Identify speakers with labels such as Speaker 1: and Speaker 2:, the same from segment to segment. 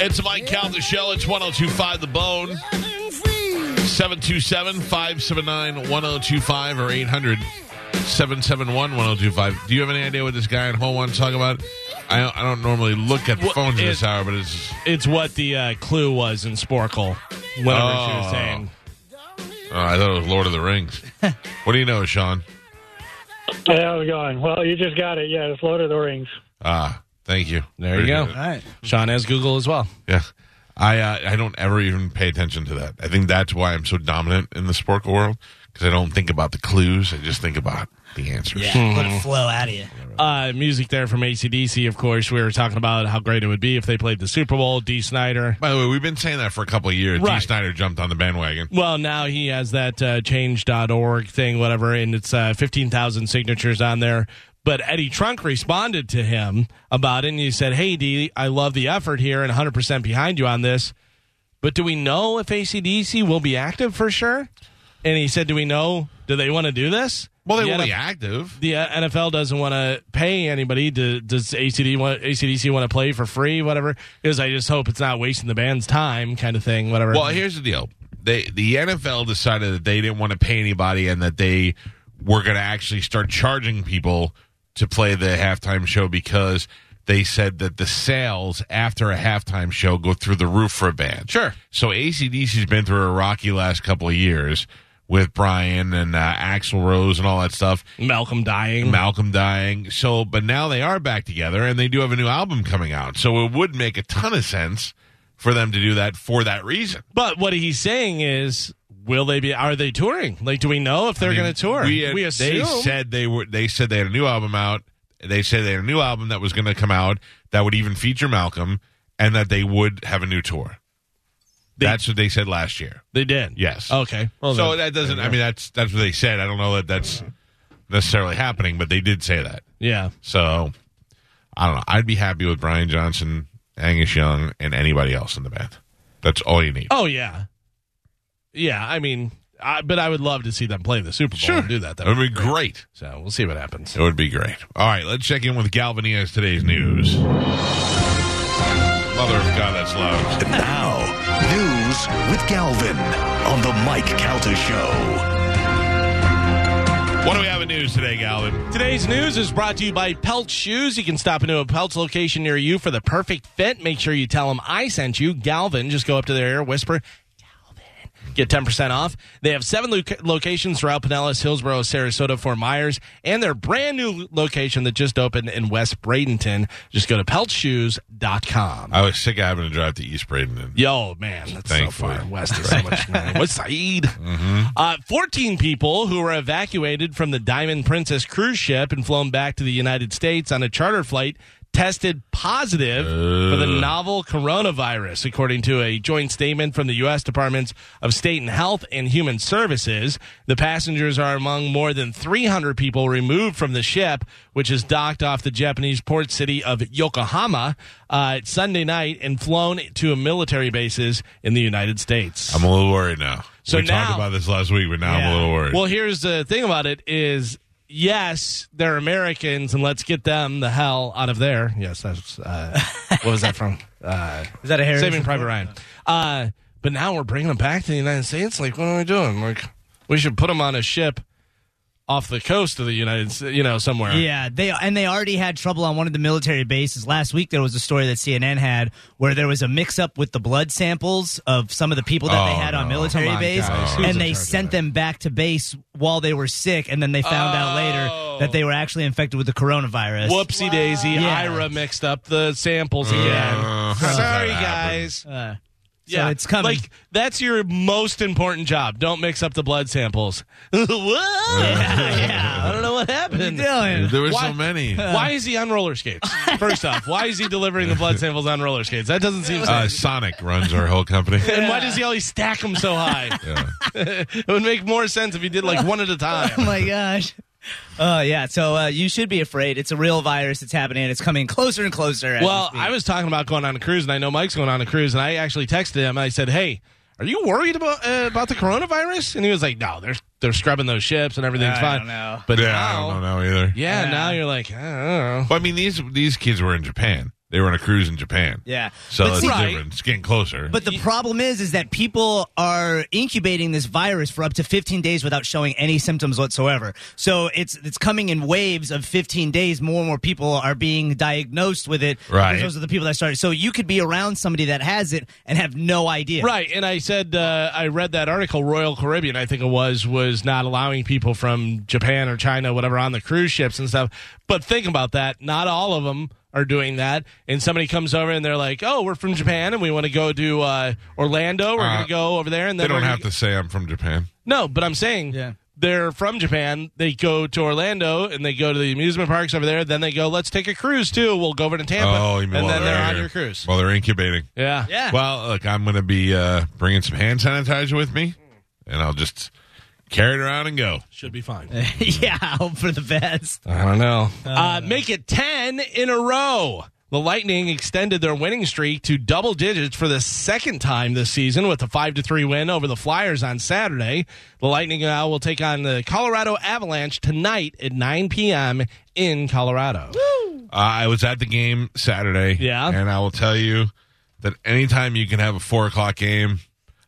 Speaker 1: It's Mike Cal, the show. It's 1025 The Bone. 727 579 1025 or 800 771 1025. Do you have any idea what this guy in Hole wants to talk about? I don't, I don't normally look at the
Speaker 2: Well,
Speaker 1: phones this
Speaker 2: it-
Speaker 1: hour, but it's.
Speaker 2: It's what the uh, clue was in Sporkle, whatever she
Speaker 1: Oh.
Speaker 2: was saying.
Speaker 1: Oh, I thought it was Lord of the Rings. what do you know, Sean?
Speaker 3: Hey, how's it going? Well, you just got it. Yeah, it's Lord of the Rings.
Speaker 1: Ah, thank you.
Speaker 2: There you go.
Speaker 1: Appreciate it.
Speaker 2: Sean has Google as well.
Speaker 1: Yeah. I uh, I don't ever even pay attention to that. I think that's why I'm so dominant in the Sporkle world because I don't think about the clues. I just think about the answers.
Speaker 4: Let it flow out of you.
Speaker 2: Uh, music there from ACDC, of course. We were talking about how great it would be if they played the Super Bowl. D. Snyder.
Speaker 1: By the way, we've been saying that for a couple of years. D.
Speaker 2: Right.
Speaker 1: Snyder jumped on the bandwagon.
Speaker 2: Well, now he has that uh, change.org thing, whatever, and it's uh, 15,000 signatures on there. But Eddie Trunk responded to him about it, and he said, Hey, D, I love the effort here and 100% behind you on this. But do we know if ACDC will be active for sure? And he said, Do we know? Do they want to do this?
Speaker 1: Well, they
Speaker 2: The
Speaker 1: will be
Speaker 2: NF
Speaker 1: active.
Speaker 2: The uh, NFL doesn't want to pay anybody. To, does ACD want, ACDC want to play for free? Whatever. Is I just hope it's not wasting the band's time, kind of thing. Whatever.
Speaker 1: Well, here's the deal. They, the NFL decided that they didn't want to pay anybody and that they were going to actually start charging people to play the halftime show because they said that the sales after a halftime show go through the roof for a band.
Speaker 2: Sure.
Speaker 1: So ACDC's been through a rocky last couple of years with Brian and uh, Axl Rose and all that stuff.
Speaker 2: Malcolm dying.
Speaker 1: Malcolm dying. So, but now they are back together and they do have a new album coming out. So it would make a ton of sense for them to do that for that reason.
Speaker 2: But what he's saying is, will they be? Are they touring? Like, do we know if they're
Speaker 1: I mean,
Speaker 2: going to tour?
Speaker 1: We, had- They said they were. They said they had a new album out. They said they had a new album that was going to come out that would even feature Malcolm, and that they would have a new tour.
Speaker 2: They-
Speaker 1: that's what they said last year.
Speaker 2: they did.
Speaker 1: Yes.
Speaker 2: Okay. Well,
Speaker 1: so
Speaker 2: then-
Speaker 1: that doesn't. I mean, that's that's what they said. I don't know that that's necessarily happening, but they did say that.
Speaker 2: yeah.
Speaker 1: So I don't know. I'd be happy with Brian Johnson, Angus Young, and anybody else in the band. That's all you need.
Speaker 2: Oh yeah. Yeah. I mean, I, but I would love to see them play the Super Bowl and do that.
Speaker 1: That
Speaker 2: Though.
Speaker 1: would be great.
Speaker 2: So we'll see what happens.
Speaker 1: It would be great. All right, let's check in with Galvani as today's news. Mother of God, that's loud.
Speaker 5: And now, news with Galvin on the Mike Calter Show.
Speaker 1: What do we have in news today, Galvin?
Speaker 2: Today's news is brought to you by Pelt Shoes. You can stop into a Pelt's location near you for the perfect fit. Make sure you tell them I sent you, Galvin. Just go up to their ear, whisper, Galvin. Get 10% off. They have seven loc locations throughout Pinellas, Hillsborough, Sarasota, Fort Myers, and their brand new location that just opened in West Bradenton. Just go to peltshoes.com.
Speaker 1: I was sick of having to drive to East Bradenton.
Speaker 2: Yo, man, that's
Speaker 1: Thankfully.
Speaker 2: so far west. Is so much west side. Uh, 14 people who were evacuated from the Diamond Princess cruise ship and flown back to the United States on a charter flight tested positive for the novel coronavirus, according to a joint statement from the U.S. Departments of State and Health and Human Services. The passengers are among more than 300 people removed from the ship, which is docked off the Japanese port city of Yokohama uh, Sunday night and flown to military bases in the United States.
Speaker 1: I'm a little worried now.
Speaker 2: So
Speaker 1: we
Speaker 2: now-
Speaker 1: talked about this last week, but now I'm
Speaker 2: Yeah.
Speaker 1: a little worried.
Speaker 2: Well, here's the thing about it is yes, they're Americans and let's get them the hell out of there. Yes, that's uh, what was that from? Uh,
Speaker 4: Is that a Harry?
Speaker 2: Saving Private Ryan. Uh, but now we're bringing them back to the United States. Like, what are we doing? Like, we should put them on a ship off the coast of the United States, you know, somewhere.
Speaker 4: Yeah, they and they already had trouble on one of the military bases. Last week there was a story that CNN had where there was a mix-up with the blood samples of some of the people that they
Speaker 1: Oh,
Speaker 4: had on
Speaker 1: no.
Speaker 4: military
Speaker 6: Come on,
Speaker 4: base,
Speaker 6: guys. Who's in
Speaker 4: and they
Speaker 6: charge of
Speaker 4: sent them back to base while they were sick, and then they found out
Speaker 2: Oh.
Speaker 4: later that they were actually infected with the coronavirus.
Speaker 2: Whoopsie daisy.
Speaker 4: Yeah.
Speaker 2: Ira mixed up the samples again.
Speaker 1: Uh, how does
Speaker 2: Sorry,
Speaker 1: that happen?
Speaker 2: guys.
Speaker 4: Uh, so it's coming.
Speaker 2: Like that's your most important job. Don't mix up the blood samples. Whoa! Yeah, yeah. I don't know what happened.
Speaker 1: There were
Speaker 2: Why-
Speaker 1: so many.
Speaker 2: Why is he on roller skates? First off, why is he delivering the blood samples on roller skates? That doesn't seem.
Speaker 1: Uh, Sonic runs our whole company.
Speaker 2: and why does he always stack them so high? it would make more sense if he did like one at a
Speaker 4: oh
Speaker 2: time.
Speaker 4: my gosh. Oh yeah, so uh, you should be afraid. It's a real virus. It's happening. It's coming closer and closer. as we
Speaker 2: Well,
Speaker 4: speak.
Speaker 2: I was talking about going on a cruise, and I know Mike's going on a cruise, and I actually texted him. I said, "Hey, are you worried about uh, about the coronavirus?" And he was like, "No, they're they're scrubbing those ships, and everything's
Speaker 4: I
Speaker 2: fine."
Speaker 4: don't know.
Speaker 2: But
Speaker 1: yeah,
Speaker 2: now,
Speaker 1: I don't know either.
Speaker 2: yeah, now you're like, I don't know.
Speaker 1: Well, I mean, these these kids were in Japan. They were on a cruise in Japan.
Speaker 4: Yeah.
Speaker 1: So
Speaker 4: But
Speaker 1: it's
Speaker 4: see-
Speaker 1: different. It's getting closer.
Speaker 4: But the problem is, is that people are incubating this virus for up to 15 days without showing any symptoms whatsoever. So it's it's coming in waves of 15 days. More and more people are being diagnosed with it. because
Speaker 1: Right.
Speaker 4: Those are the people that started. So you could be around somebody that has it and have no idea.
Speaker 2: Right, and I said uh, I read that article. Royal Caribbean, I think it was, was not allowing people from Japan or China, whatever, on the cruise ships and stuff. But think about that. Not all of them are doing that. And somebody comes over and they're like, "Oh, we're from Japan and we want to go to uh, Orlando. We're
Speaker 1: Uh,
Speaker 2: going to go over there." And then
Speaker 1: they don't
Speaker 2: we're
Speaker 1: have to say I'm from Japan.
Speaker 2: No, but I'm saying
Speaker 4: Yeah.
Speaker 2: they're from Japan. They go to Orlando and they go to the amusement parks over there. Then they go, "Let's take a cruise too. We'll go over to Tampa."
Speaker 1: oh, you mean
Speaker 2: and then
Speaker 1: while
Speaker 2: they're, on
Speaker 1: here.
Speaker 2: your cruise.
Speaker 1: While they're incubating.
Speaker 2: yeah.
Speaker 4: Yeah.
Speaker 1: Well, look, I'm going to be uh, bringing some hand sanitizer with me, and I'll just carry it around and go.
Speaker 2: Should be fine.
Speaker 4: yeah. Hope for the best.
Speaker 2: I don't know. Uh, make it 10 in a row. The Lightning extended their winning streak to double digits for the second time this season with a 5 to 3 win over the Flyers on Saturday. The Lightning now will take on the Colorado Avalanche tonight at 9 p.m. in Colorado.
Speaker 1: Uh, I was at the game Saturday.
Speaker 2: Yeah.
Speaker 1: And I will tell you that anytime you can have a four o'clock game,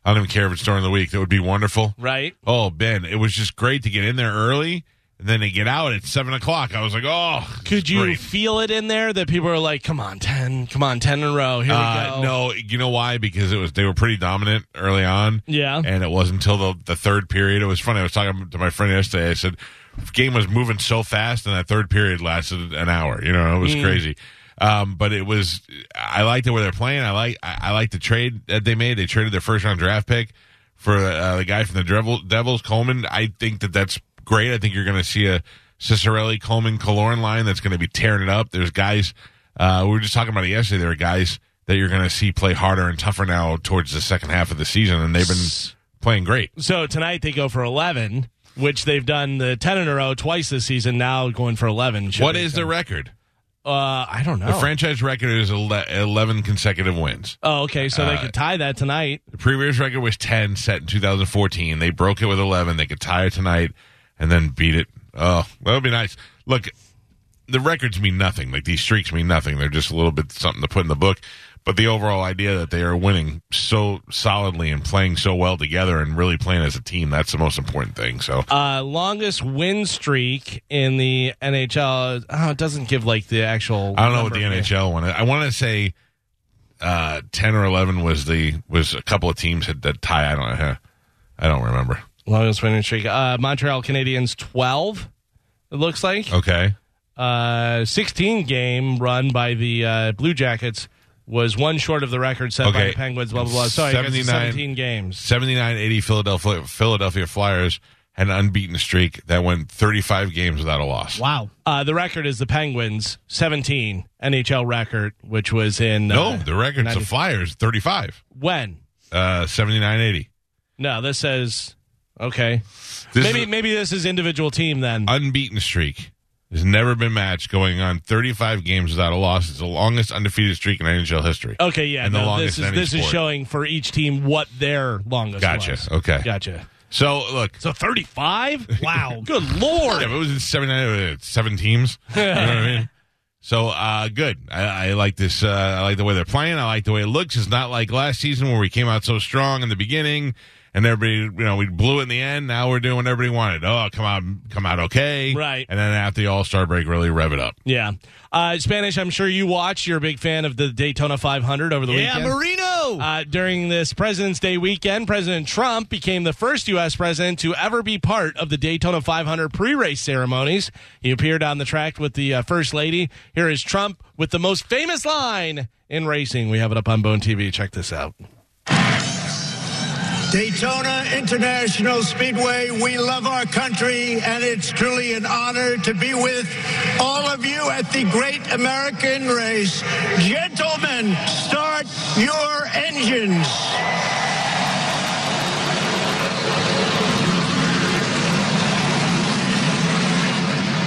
Speaker 1: I don't even care if it's during the week, that would be wonderful.
Speaker 2: Right?
Speaker 1: Oh, Ben, it was just great to get in there early and then to get out at seven o'clock. I was like, oh, this is
Speaker 2: Could you
Speaker 1: great.
Speaker 2: feel it in there that people are like, come on, 10, come on, 10 in a row. Here we
Speaker 1: Uh,
Speaker 2: go.
Speaker 1: no, you know why? Because it was they were pretty dominant early on.
Speaker 2: Yeah.
Speaker 1: and it wasn't until the the third period. It was funny. I was talking to my friend yesterday. I said, the game was moving so fast, and that third period lasted an hour. You know, it was crazy. Um, but it was. I liked the way they're playing. I like. I, I like the trade that they made. They traded their first round draft pick for uh, the guy from the Devil, Devils, Coleman. I think that that's great. I think you're going to see a Cicerelli, Coleman, Kaloran line that's going to be tearing it up. There's guys. Uh, we were just talking about it yesterday. There are guys that you're going to see play harder and tougher now towards the second half of the season, and they've been playing great.
Speaker 2: So tonight they go for 11, which they've done the 10 in a row twice this season. Now going for 11. Should
Speaker 1: What
Speaker 2: be
Speaker 1: is
Speaker 2: fun.
Speaker 1: the record?
Speaker 2: Uh, I don't know.
Speaker 1: The franchise record is ele- 11 consecutive wins.
Speaker 2: oh, okay. So
Speaker 1: Uh,
Speaker 2: they could tie that tonight.
Speaker 1: The previous record was 10 set in 2014. They broke it with 11. They could tie it tonight and then beat it. Oh, that would be nice. Look, the records mean nothing. Like these streaks mean nothing. They're just a little bit something to put in the book. But the overall idea that they are winning so solidly and playing so well together and really playing as a team, that's the most important thing. So
Speaker 2: Uh, longest win streak in the NHL. Oh, it doesn't give like the actual.
Speaker 1: I don't know what the
Speaker 2: number.
Speaker 1: NHL one. Is. I want to say uh, ten or eleven was the was a couple of teams had that tie. I don't know. I don't remember.
Speaker 2: Longest winning streak. Uh, Montreal Canadiens 12. It looks like
Speaker 1: Okay,
Speaker 2: uh, 16 game run by the uh, Blue Jackets was one short of the record set by
Speaker 1: Okay.
Speaker 2: the Penguins. Blah blah blah. Sorry, I guess it's
Speaker 1: 79
Speaker 2: 17 games.
Speaker 1: 79-80 Philadelphia Philadelphia Flyers had an unbeaten streak that went thirty five games without a loss.
Speaker 4: Wow.
Speaker 2: Uh, the record is the Penguins 17 NHL record, which was in
Speaker 1: No,
Speaker 2: uh,
Speaker 1: the record's the
Speaker 2: 90
Speaker 1: Flyers thirty five.
Speaker 2: when.
Speaker 1: Uh, 79-80.
Speaker 2: No, this says okay.
Speaker 1: This
Speaker 2: maybe
Speaker 1: is
Speaker 2: maybe this is individual team then.
Speaker 1: unbeaten streak. Has never been matched, going on 35 games without a loss. It's the longest undefeated streak in NHL history.
Speaker 2: okay, yeah.
Speaker 1: and the
Speaker 2: No,
Speaker 1: longest
Speaker 2: this
Speaker 1: in
Speaker 2: is
Speaker 1: any
Speaker 2: this is
Speaker 1: sport.
Speaker 2: showing for each team what their longest.
Speaker 1: Gotcha.
Speaker 2: was.
Speaker 1: Okay.
Speaker 2: Gotcha.
Speaker 1: So look,
Speaker 2: So thirty five. Wow. Good
Speaker 1: Yeah, but
Speaker 2: lord.
Speaker 1: it was in seven, uh, seven teams. You know what I mean? So uh, good. I, I like this. Uh, I like the way they're playing. I like the way it looks. It's not like last season where we came out so strong in the beginning and everybody, you know, we blew it in the end. Now we're doing what everybody wanted. Oh, come out, come out okay,
Speaker 2: Right.
Speaker 1: And then after the All Star break, really rev it up.
Speaker 2: Yeah. Uh, Spanish, I'm sure you watch. You're a big fan of the Daytona 500 over the
Speaker 4: Yeah,
Speaker 2: weekend.
Speaker 4: Marino.
Speaker 2: Uh, during this President's Day weekend, President Trump became the first U.S. president to ever be part of the Daytona 500 pre race ceremonies. He appeared on the track with the uh, First Lady. Here is Trump with the most famous line in racing. We have it up on Bone TV. Check this out.
Speaker 6: Daytona International Speedway, we love our country, and it's truly an honor to be with all of you at the great American race. Gentlemen, start your engines.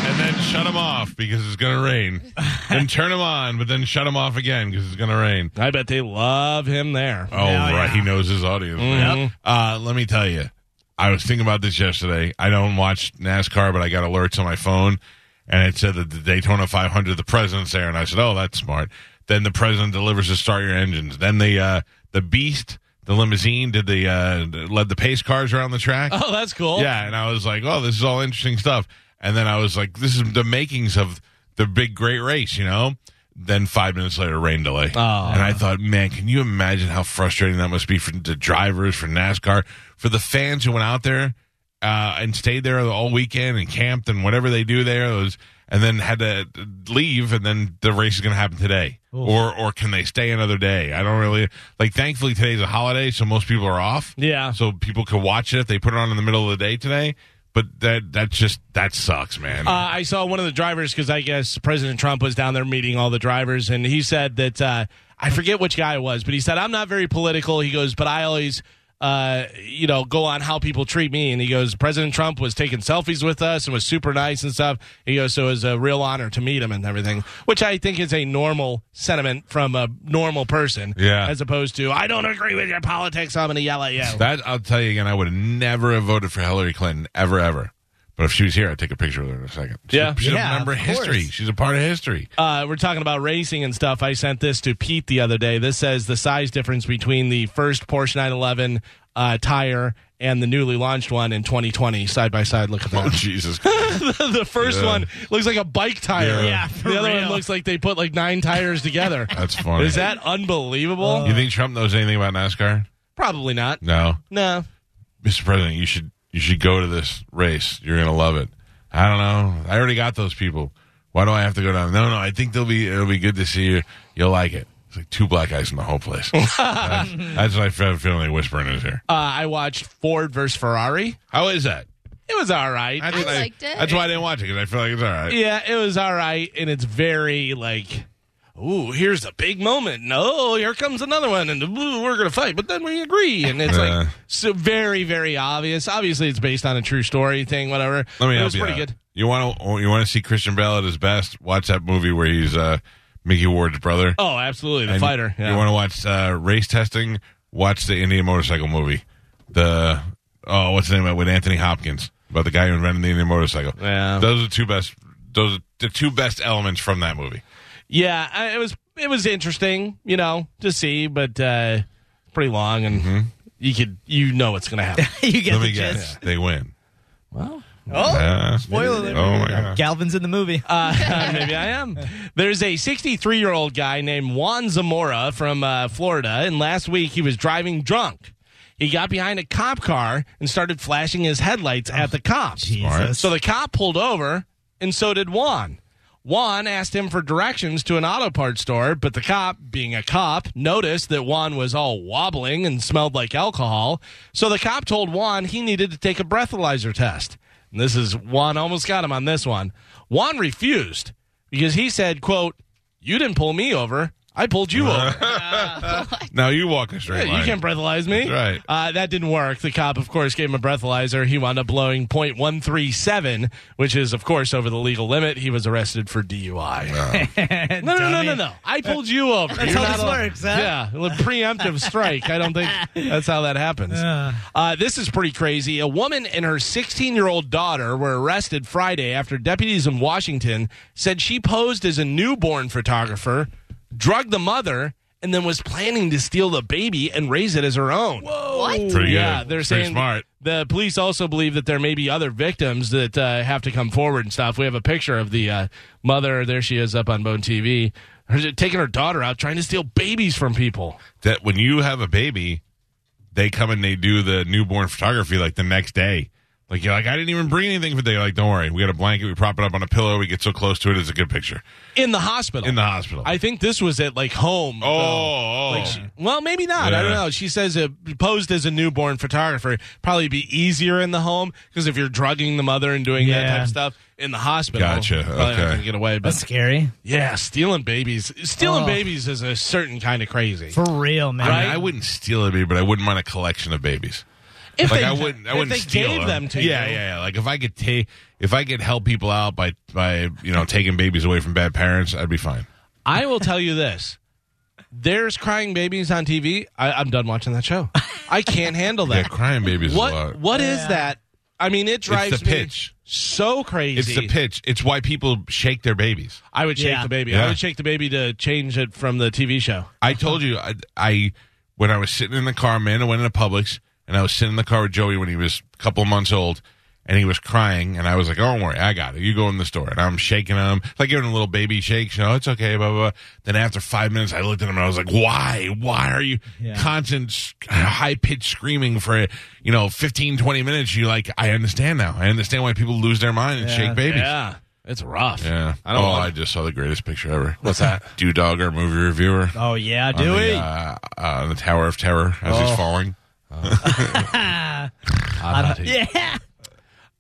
Speaker 1: And then shut them off because it's going to rain. then turn them on, but then shut them off again because it's going to rain.
Speaker 2: I bet they love him there.
Speaker 1: Oh, right. He knows his audience. man. Uh, let me tell you, I was thinking about this yesterday. I don't watch NASCAR, but I got alerts on my phone, and it said that the Daytona 500, the president's there, and I said, "Oh, that's smart." Then the president delivers the start your engines. Then the uh, the beast, the limousine, did the uh, led the pace cars around the track.
Speaker 2: Oh, that's cool.
Speaker 1: Yeah, and I was like, oh, this is all interesting stuff. And then I was like, this is the makings of the big great race, you know? Then five minutes later, rain delay.
Speaker 2: Oh.
Speaker 1: And I thought, man, can you imagine how frustrating that must be for the drivers, for NASCAR, for the fans who went out there uh, and stayed there all weekend and camped and whatever they do there, it was, and then had to leave, and then the race is going to happen today. Or, or can they stay another day? I don't really like. Thankfully, today's a holiday, so most people are off
Speaker 2: Yeah.
Speaker 1: so people could watch it if they put it on in the middle of the day today. But that that just that sucks, man.
Speaker 2: Uh, I saw one of the drivers because I guess President Trump was down there meeting all the drivers, and he said that uh, I forget which guy it was, but he said I'm not very political. He goes, but I always. Uh, you know, go on how people treat me. And he goes, President Trump was taking selfies with us and was super nice and stuff. He goes, so it was a real honor to meet him and everything, which I think is a normal sentiment from a normal person.
Speaker 1: Yeah.
Speaker 2: As opposed to, I don't agree with your politics. I'm going to yell at you.
Speaker 1: that I'll tell you again, I would have never have voted for Hillary Clinton ever, ever. But if she was here, I'd take a picture with her in a second. She's,
Speaker 2: Yeah.
Speaker 1: she's
Speaker 4: Yeah,
Speaker 1: a member
Speaker 4: of
Speaker 1: of history.
Speaker 4: course.
Speaker 1: She's a part of history.
Speaker 2: uh, we're talking about racing and stuff. I sent this to Pete the other day. This says the size difference between the first Porsche 911 uh, tire and the newly launched one in 2020, side by side. Look at
Speaker 1: Oh
Speaker 2: that.
Speaker 1: Jesus!
Speaker 2: the first
Speaker 1: Yeah.
Speaker 2: one looks like a bike tire.
Speaker 1: Yeah. Yeah,
Speaker 4: for
Speaker 2: the other
Speaker 4: real.
Speaker 2: one looks like they put like nine tires together.
Speaker 1: That's funny.
Speaker 2: Is that uh, unbelievable?
Speaker 1: you think Trump knows anything about NASCAR?
Speaker 2: Probably not.
Speaker 1: No,
Speaker 2: No.
Speaker 1: Mr. President, you should you should go to this race. You're gonna love it. I don't know. I already got those people. Why do I have to go down? No, no. I think they'll be it'll be good to see you. You'll like it. It's like two black guys in the whole place. that's, that's what I feel feeling they whispering is here.
Speaker 2: Uh, I watched Ford versus Ferrari.
Speaker 1: How is that?
Speaker 2: It was all right.
Speaker 1: That's what
Speaker 7: liked it.
Speaker 1: That's why I didn't watch it because I feel like it's all right.
Speaker 2: Yeah, it was all right, and it's very like, ooh, here's a big moment. No, here comes another one, and ooh, we're gonna fight, but then we agree, and it's
Speaker 1: Yeah.
Speaker 2: like so very, very obvious. Obviously, it's based on a true story thing, whatever.
Speaker 1: Let me
Speaker 2: it
Speaker 1: help
Speaker 2: was
Speaker 1: you
Speaker 2: pretty
Speaker 1: out.
Speaker 2: good.
Speaker 1: You want to you want to see Christian Bale at his best? Watch that movie where he's uh, Mickey Ward's brother.
Speaker 2: Oh, absolutely, the
Speaker 1: And
Speaker 2: fighter.
Speaker 1: You
Speaker 2: Yeah.
Speaker 1: want to watch uh, race testing? Watch the Indian motorcycle movie. The oh, what's the name of it with Anthony Hopkins about the guy who invented the Indian motorcycle?
Speaker 2: Yeah.
Speaker 1: Those are the two best. Those are the two best elements from that movie.
Speaker 2: yeah, I- it was it was interesting, you know, to see, but uh, pretty long, and
Speaker 1: Mm-hmm.
Speaker 2: you could you know what's gonna happen.
Speaker 4: you get
Speaker 1: Let
Speaker 4: the
Speaker 1: me guess.
Speaker 4: gist.
Speaker 1: They win.
Speaker 4: Oh,
Speaker 1: Uh,
Speaker 4: spoiler alert.
Speaker 1: Oh my god.
Speaker 4: Galvin's in the movie.
Speaker 2: Uh, maybe I am. There's a 63 year old guy named Juan Zamora from uh, Florida, and last week he was driving drunk. He got behind a cop car and started flashing his headlights at the cops.
Speaker 4: Jesus.
Speaker 2: So the cop pulled over, and so did Juan. Juan asked him for directions to an auto parts store, but the cop, being a cop, noticed that Juan was all wobbling and smelled like alcohol. So the cop told Juan he needed to take a breathalyzer test. And this is Juan almost got him on this one. Juan refused because he said, quote, You didn't pull me over. I pulled you over.
Speaker 1: Now you walk a straight
Speaker 2: Yeah,
Speaker 1: line.
Speaker 2: you can't breathalyze me.
Speaker 1: That's right.
Speaker 2: Uh, that didn't work. The cop, of course, gave him a breathalyzer. He wound up blowing .137, which is, of course, over the legal limit. He was arrested for DUI. no, no, no, no, no. I pulled you over.
Speaker 4: That's
Speaker 2: You're
Speaker 4: how
Speaker 2: not
Speaker 4: this
Speaker 2: al-
Speaker 4: works, huh?
Speaker 2: Yeah, a preemptive strike. I don't think that's how that happens. Uh, this is pretty crazy. A woman and her 16 year old daughter were arrested Friday after deputies in Washington said she posed as a newborn photographer, drugged the mother, and then was planning to steal the baby and raise it as her own. Whoa.
Speaker 1: What? Pretty
Speaker 2: yeah,
Speaker 1: good.
Speaker 2: they're
Speaker 1: Pretty
Speaker 2: saying
Speaker 1: smart.
Speaker 2: the police also believe that there may be other victims that uh, have to come forward and stuff. We have a picture of the uh, mother. There she is up on Bone TV, her, taking her daughter out, trying to steal babies from people.
Speaker 1: that when you have a baby, they come and they do the newborn photography like the next day. Like you're like, I didn't even bring anything for the day. Like, don't worry, we got a blanket, we prop it up on a pillow, we get so close to it, it's a good picture
Speaker 2: In the hospital.
Speaker 1: in the hospital.
Speaker 2: I think this was at like home.
Speaker 1: oh,
Speaker 2: though.
Speaker 1: oh.
Speaker 2: Like she- well, maybe not. I don't
Speaker 1: Yeah.
Speaker 2: know. She says it posed as a newborn photographer probably be easier in the home because if you're drugging the mother and doing that
Speaker 4: Yeah.
Speaker 2: type of stuff in the hospital,
Speaker 1: Gotcha.
Speaker 2: probably not
Speaker 1: Okay.
Speaker 2: gonna get away.
Speaker 4: That's
Speaker 2: But
Speaker 4: scary.
Speaker 2: yeah, stealing babies, stealing
Speaker 4: Oh.
Speaker 2: babies is a certain kind of crazy.
Speaker 4: For real, man.
Speaker 1: I, mean, I wouldn't steal a baby, but I wouldn't mind a collection of babies.
Speaker 2: if
Speaker 1: like
Speaker 2: they,
Speaker 1: I wouldn't, I
Speaker 2: if
Speaker 1: wouldn't
Speaker 2: they
Speaker 1: steal
Speaker 2: gave them to
Speaker 1: yeah,
Speaker 2: you.
Speaker 1: Yeah, yeah, Like if I could take, if I could help people out by by you know taking babies away from bad parents, I'd be fine.
Speaker 2: I will tell you this: there's crying babies on TV. I, I'm done watching that show. I can't handle
Speaker 1: Yeah,
Speaker 2: that.
Speaker 1: crying babies. Is a
Speaker 2: what
Speaker 1: lot.
Speaker 2: What is that? I mean, it drives
Speaker 1: the
Speaker 2: me
Speaker 1: pitch.
Speaker 2: so crazy.
Speaker 1: It's the pitch. It's why people shake their babies.
Speaker 2: I would shake
Speaker 4: Yeah.
Speaker 2: the baby.
Speaker 1: Yeah.
Speaker 2: I would shake the baby to change it from the TV show.
Speaker 1: I told you, I, I when I was sitting in the car, Amanda went into Publix, and I was sitting in the car with Joey when he was a couple months old, and he was crying, and I was like, oh, "Don't worry, I got it. You go in the store." And I'm shaking him, like giving him little baby shakes. You know, it's okay, blah blah. blah. Then after five minutes, I looked at him and I was like, "Why? Why are you constant high pitched screaming for you know 15, 20 minutes?" You like, I understand now. I understand why people lose their mind and shake babies.
Speaker 2: Yeah, it's rough.
Speaker 1: Yeah.
Speaker 2: I don't
Speaker 1: oh,
Speaker 2: want-
Speaker 1: I just saw the greatest picture ever. What's that? Do Dog, our movie reviewer.
Speaker 4: oh yeah,
Speaker 1: on
Speaker 4: do
Speaker 1: the,
Speaker 4: we?
Speaker 1: uh, uh, the Tower of Terror as he's falling.
Speaker 4: yeah.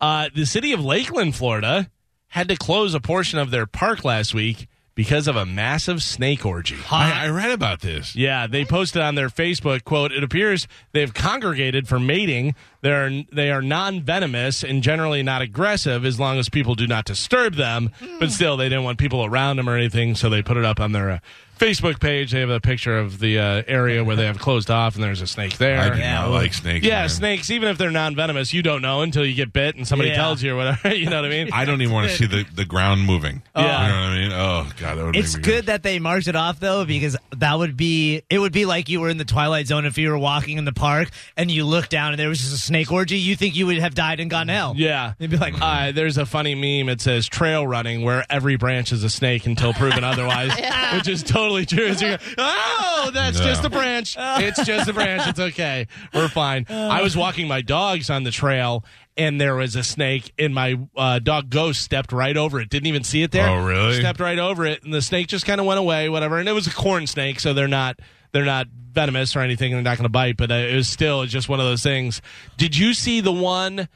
Speaker 2: Uh, the city of Lakeland, Florida, had to close a portion of their park last week because of a massive snake orgy.
Speaker 1: I, I read about this.
Speaker 2: Yeah, they posted on their Facebook quote, it appears they've congregated for mating. They're they are non-venomous and generally not aggressive as long as people do not disturb them.
Speaker 4: Mm.
Speaker 2: But still they didn't want people around them or anything, so they put it up on their uh, Facebook page. They have a picture of the uh, area where they have closed off and there's a snake there.
Speaker 1: I do
Speaker 4: Yeah,
Speaker 1: not
Speaker 4: ooh.
Speaker 1: like snakes.
Speaker 2: Yeah,
Speaker 1: man.
Speaker 2: snakes even if they're non-venomous, you don't know until you get bit and somebody
Speaker 4: Yeah.
Speaker 2: tells you or whatever, you know what I mean?
Speaker 1: I don't even want to see the, the ground moving.
Speaker 2: Yeah.
Speaker 1: You know what I mean? Oh, God. That would
Speaker 4: It's
Speaker 1: make me
Speaker 4: good that they marked it off though, because that would be it would be like you were in the Twilight Zone if you were walking in the park and you looked down and there was just a snake orgy. You think you would have died and gone to hell?
Speaker 2: Yeah.
Speaker 4: They'd be like, hmm.
Speaker 2: uh, there's a funny meme. It says trail running where every branch is a snake until proven otherwise, which is totally true. It's like, oh, that's
Speaker 1: No.
Speaker 2: just a branch. It's just a branch. It's okay. We're fine.
Speaker 4: Oh.
Speaker 2: I was walking my dogs on the trail and there was a snake and my uh, dog Ghost stepped right over it. Didn't even see it there.
Speaker 1: Oh, really?
Speaker 2: Stepped right over it and the snake just kind of went away, whatever. And it was a corn snake, so they're not. They're not venomous or anything. They're not going to bite, but uh, it was still just one of those things. Did you see the one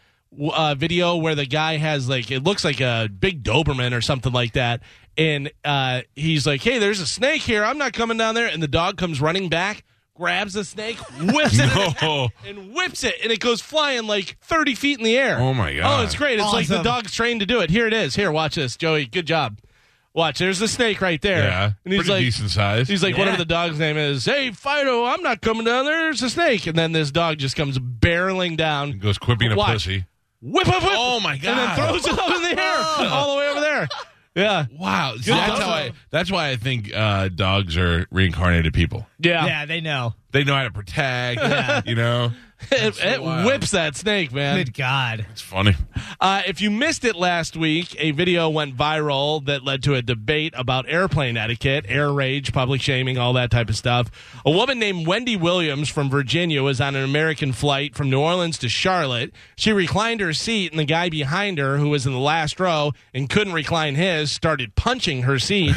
Speaker 2: uh, video where the guy has like it looks like a big Doberman or something like that, and uh, he's like, "Hey, there's a snake here. I'm not coming down there." And the dog comes running back, grabs the snake, whips it,
Speaker 1: No.
Speaker 2: and whips it, and it goes flying like 30 feet in the air.
Speaker 1: Oh, my God.
Speaker 2: Oh, it's great. It's like the
Speaker 4: Awesome.
Speaker 2: dog's trained to do it. Here it is. Here, watch this, Joey. Good job. Watch. There's the snake right there.
Speaker 1: Yeah.
Speaker 2: and he's
Speaker 1: Pretty
Speaker 2: like.
Speaker 1: decent size.
Speaker 2: He's like, whatever the dog's name is, hey, Fido, I'm not coming down there. There's a snake. And then this dog just comes barreling down
Speaker 1: goes quipping a
Speaker 2: Watch.
Speaker 1: pussy.
Speaker 2: whip, whip, whip.
Speaker 1: Oh, my
Speaker 2: And
Speaker 1: God.
Speaker 2: then throws it up in the air, all the way over there. Yeah,
Speaker 1: Wow. See, that's,
Speaker 2: dog.
Speaker 1: how I, that's why I think uh, dogs are reincarnated people.
Speaker 2: yeah.
Speaker 4: yeah, they know.
Speaker 1: They know how to protect, you know?
Speaker 2: It, it whips that snake, man.
Speaker 4: Good God.
Speaker 1: It's funny.
Speaker 2: Uh, if you missed it last week, a video went viral that led to a debate about airplane etiquette, air rage, public shaming, all that type of stuff. A woman named Wendy Williams from Virginia was on an American flight from New Orleans to Charlotte. She reclined her seat, and the guy behind her, who was in the last row and couldn't recline his, started punching her seat.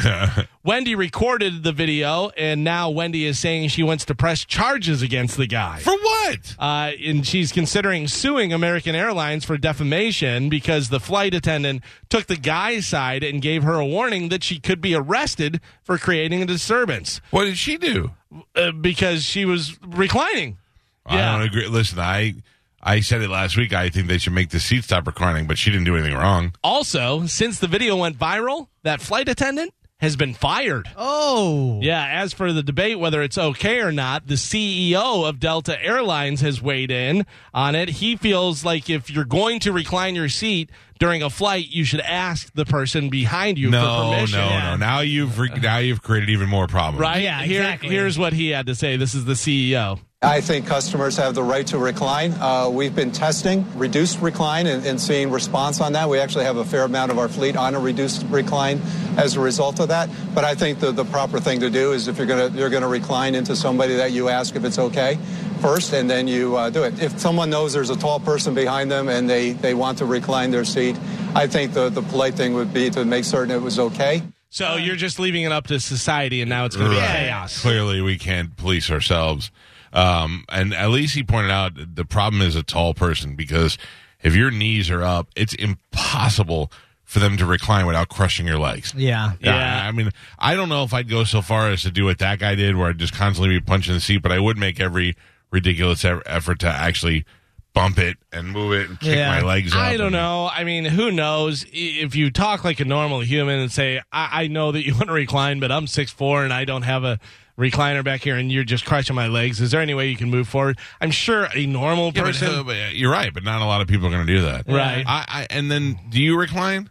Speaker 2: Wendy recorded the video, and now Wendy is saying she wants to press charges against the guy.
Speaker 1: For what?
Speaker 2: Uh, and she's considering suing American Airlines for defamation because the flight attendant took the guy's side and gave her a warning that she could be arrested for creating a disturbance
Speaker 1: What did she do?
Speaker 2: uh, because she was reclining.
Speaker 1: I
Speaker 2: Yeah.
Speaker 1: don't agree. Listen, I I said it last week. I think they should make the seat stop reclining, but she didn't do anything wrong.
Speaker 2: Also, since the video went viral, that flight attendant has been fired.
Speaker 4: Oh.
Speaker 2: Yeah, as for the debate whether it's okay or not, the CEO of Delta Airlines has weighed in on it. He feels like if you're going to recline your seat during a flight, you should ask the person behind you for
Speaker 1: No, no,
Speaker 2: permission.
Speaker 1: no. Now you've re- now you've created even more problems.
Speaker 2: Right?
Speaker 4: Yeah,
Speaker 2: Here-
Speaker 4: exactly.
Speaker 2: Here's what he had to say. This is the E CEO.
Speaker 7: I think customers have the right to recline. Uh, we've been testing reduced recline and, and seeing response on that. We actually have a fair amount of our fleet on a reduced recline as a result of that. But I think the, the proper thing to do is if you're going to you're going to recline into somebody that you ask if it's okay first, and then you uh, do it. If someone knows there's a tall person behind them and they, they want to recline their seat, I think the, the polite thing would be to make certain it was okay.
Speaker 2: So you're just leaving it up to society, and now it's going to be
Speaker 1: Right.
Speaker 2: chaos.
Speaker 1: Clearly, we can't police ourselves. Um, and at least he pointed out the problem is a tall person because if your knees are up, it's impossible for them to recline without crushing your legs.
Speaker 4: Yeah.
Speaker 2: Yeah.
Speaker 1: I mean, I don't know if I'd go so far as to do what that guy did, where I'd just constantly be punching the seat, but I would make every ridiculous e- effort to actually bump it and move it and kick
Speaker 4: Yeah.
Speaker 1: my legs up.
Speaker 2: I don't
Speaker 1: and-
Speaker 2: know. I mean, who knows? I- If you talk like a normal human and say, I, I know that you want to recline, but I'm 6'4 and I don't have a recliner back here and you're just crushing my legs, is there any way you can move forward? I'm sure a normal
Speaker 1: Yeah, but,
Speaker 2: person.
Speaker 1: uh, but, uh, you're right, but not a lot of people are going to do that.
Speaker 2: Right.
Speaker 1: I, I, and then, do you recline?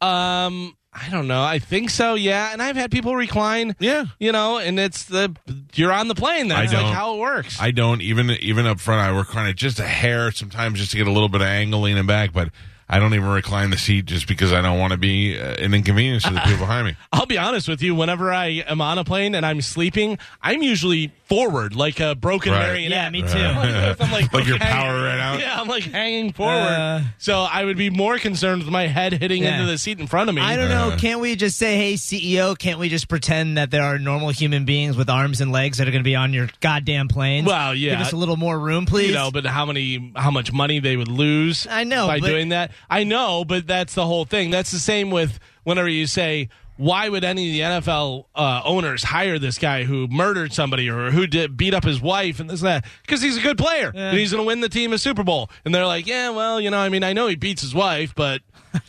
Speaker 1: uh,
Speaker 2: um, I don't know. I think so, yeah. And I've had people recline.
Speaker 1: Yeah.
Speaker 2: You know, and it's the, you're on the plane then.
Speaker 1: I
Speaker 2: It's
Speaker 1: don't.
Speaker 2: like how it works.
Speaker 1: I don't even even up front. I recline it just a hair sometimes, just to get a little bit of angle leaning back. But I don't even recline the seat just because I don't want to be uh, an inconvenience to the people behind me.
Speaker 2: I'll be honest with you. Whenever I am on a plane and I'm sleeping, I'm usually forward, like a broken
Speaker 1: Right.
Speaker 2: marionette.
Speaker 4: Yeah, me too.
Speaker 2: Like, I'm like,
Speaker 1: Like your
Speaker 2: hanging-
Speaker 1: power ran out?
Speaker 2: Yeah, I'm like hanging forward.
Speaker 4: Uh,
Speaker 2: so I would be more concerned with my head hitting
Speaker 4: Yeah.
Speaker 2: into the seat in front of me.
Speaker 4: I don't know. Can't we just say, hey, CEO, can't we just pretend that there are normal human beings with arms and legs that are going to be on your goddamn plane?
Speaker 2: Well, yeah.
Speaker 4: Give us a little more room, please.
Speaker 2: you know, but how many, how much money they would lose?
Speaker 4: I know,
Speaker 2: by
Speaker 4: but-
Speaker 2: doing that. I know, but that's the whole thing. That's the same with whenever you say, "Why would any of the NFL uh, owners hire this guy who murdered somebody or who did, beat up his wife and this and that? Because he's a good player and he's going to win the team a Super Bowl." And they're like, "Yeah, well, you know, I mean, I know he beats his wife, but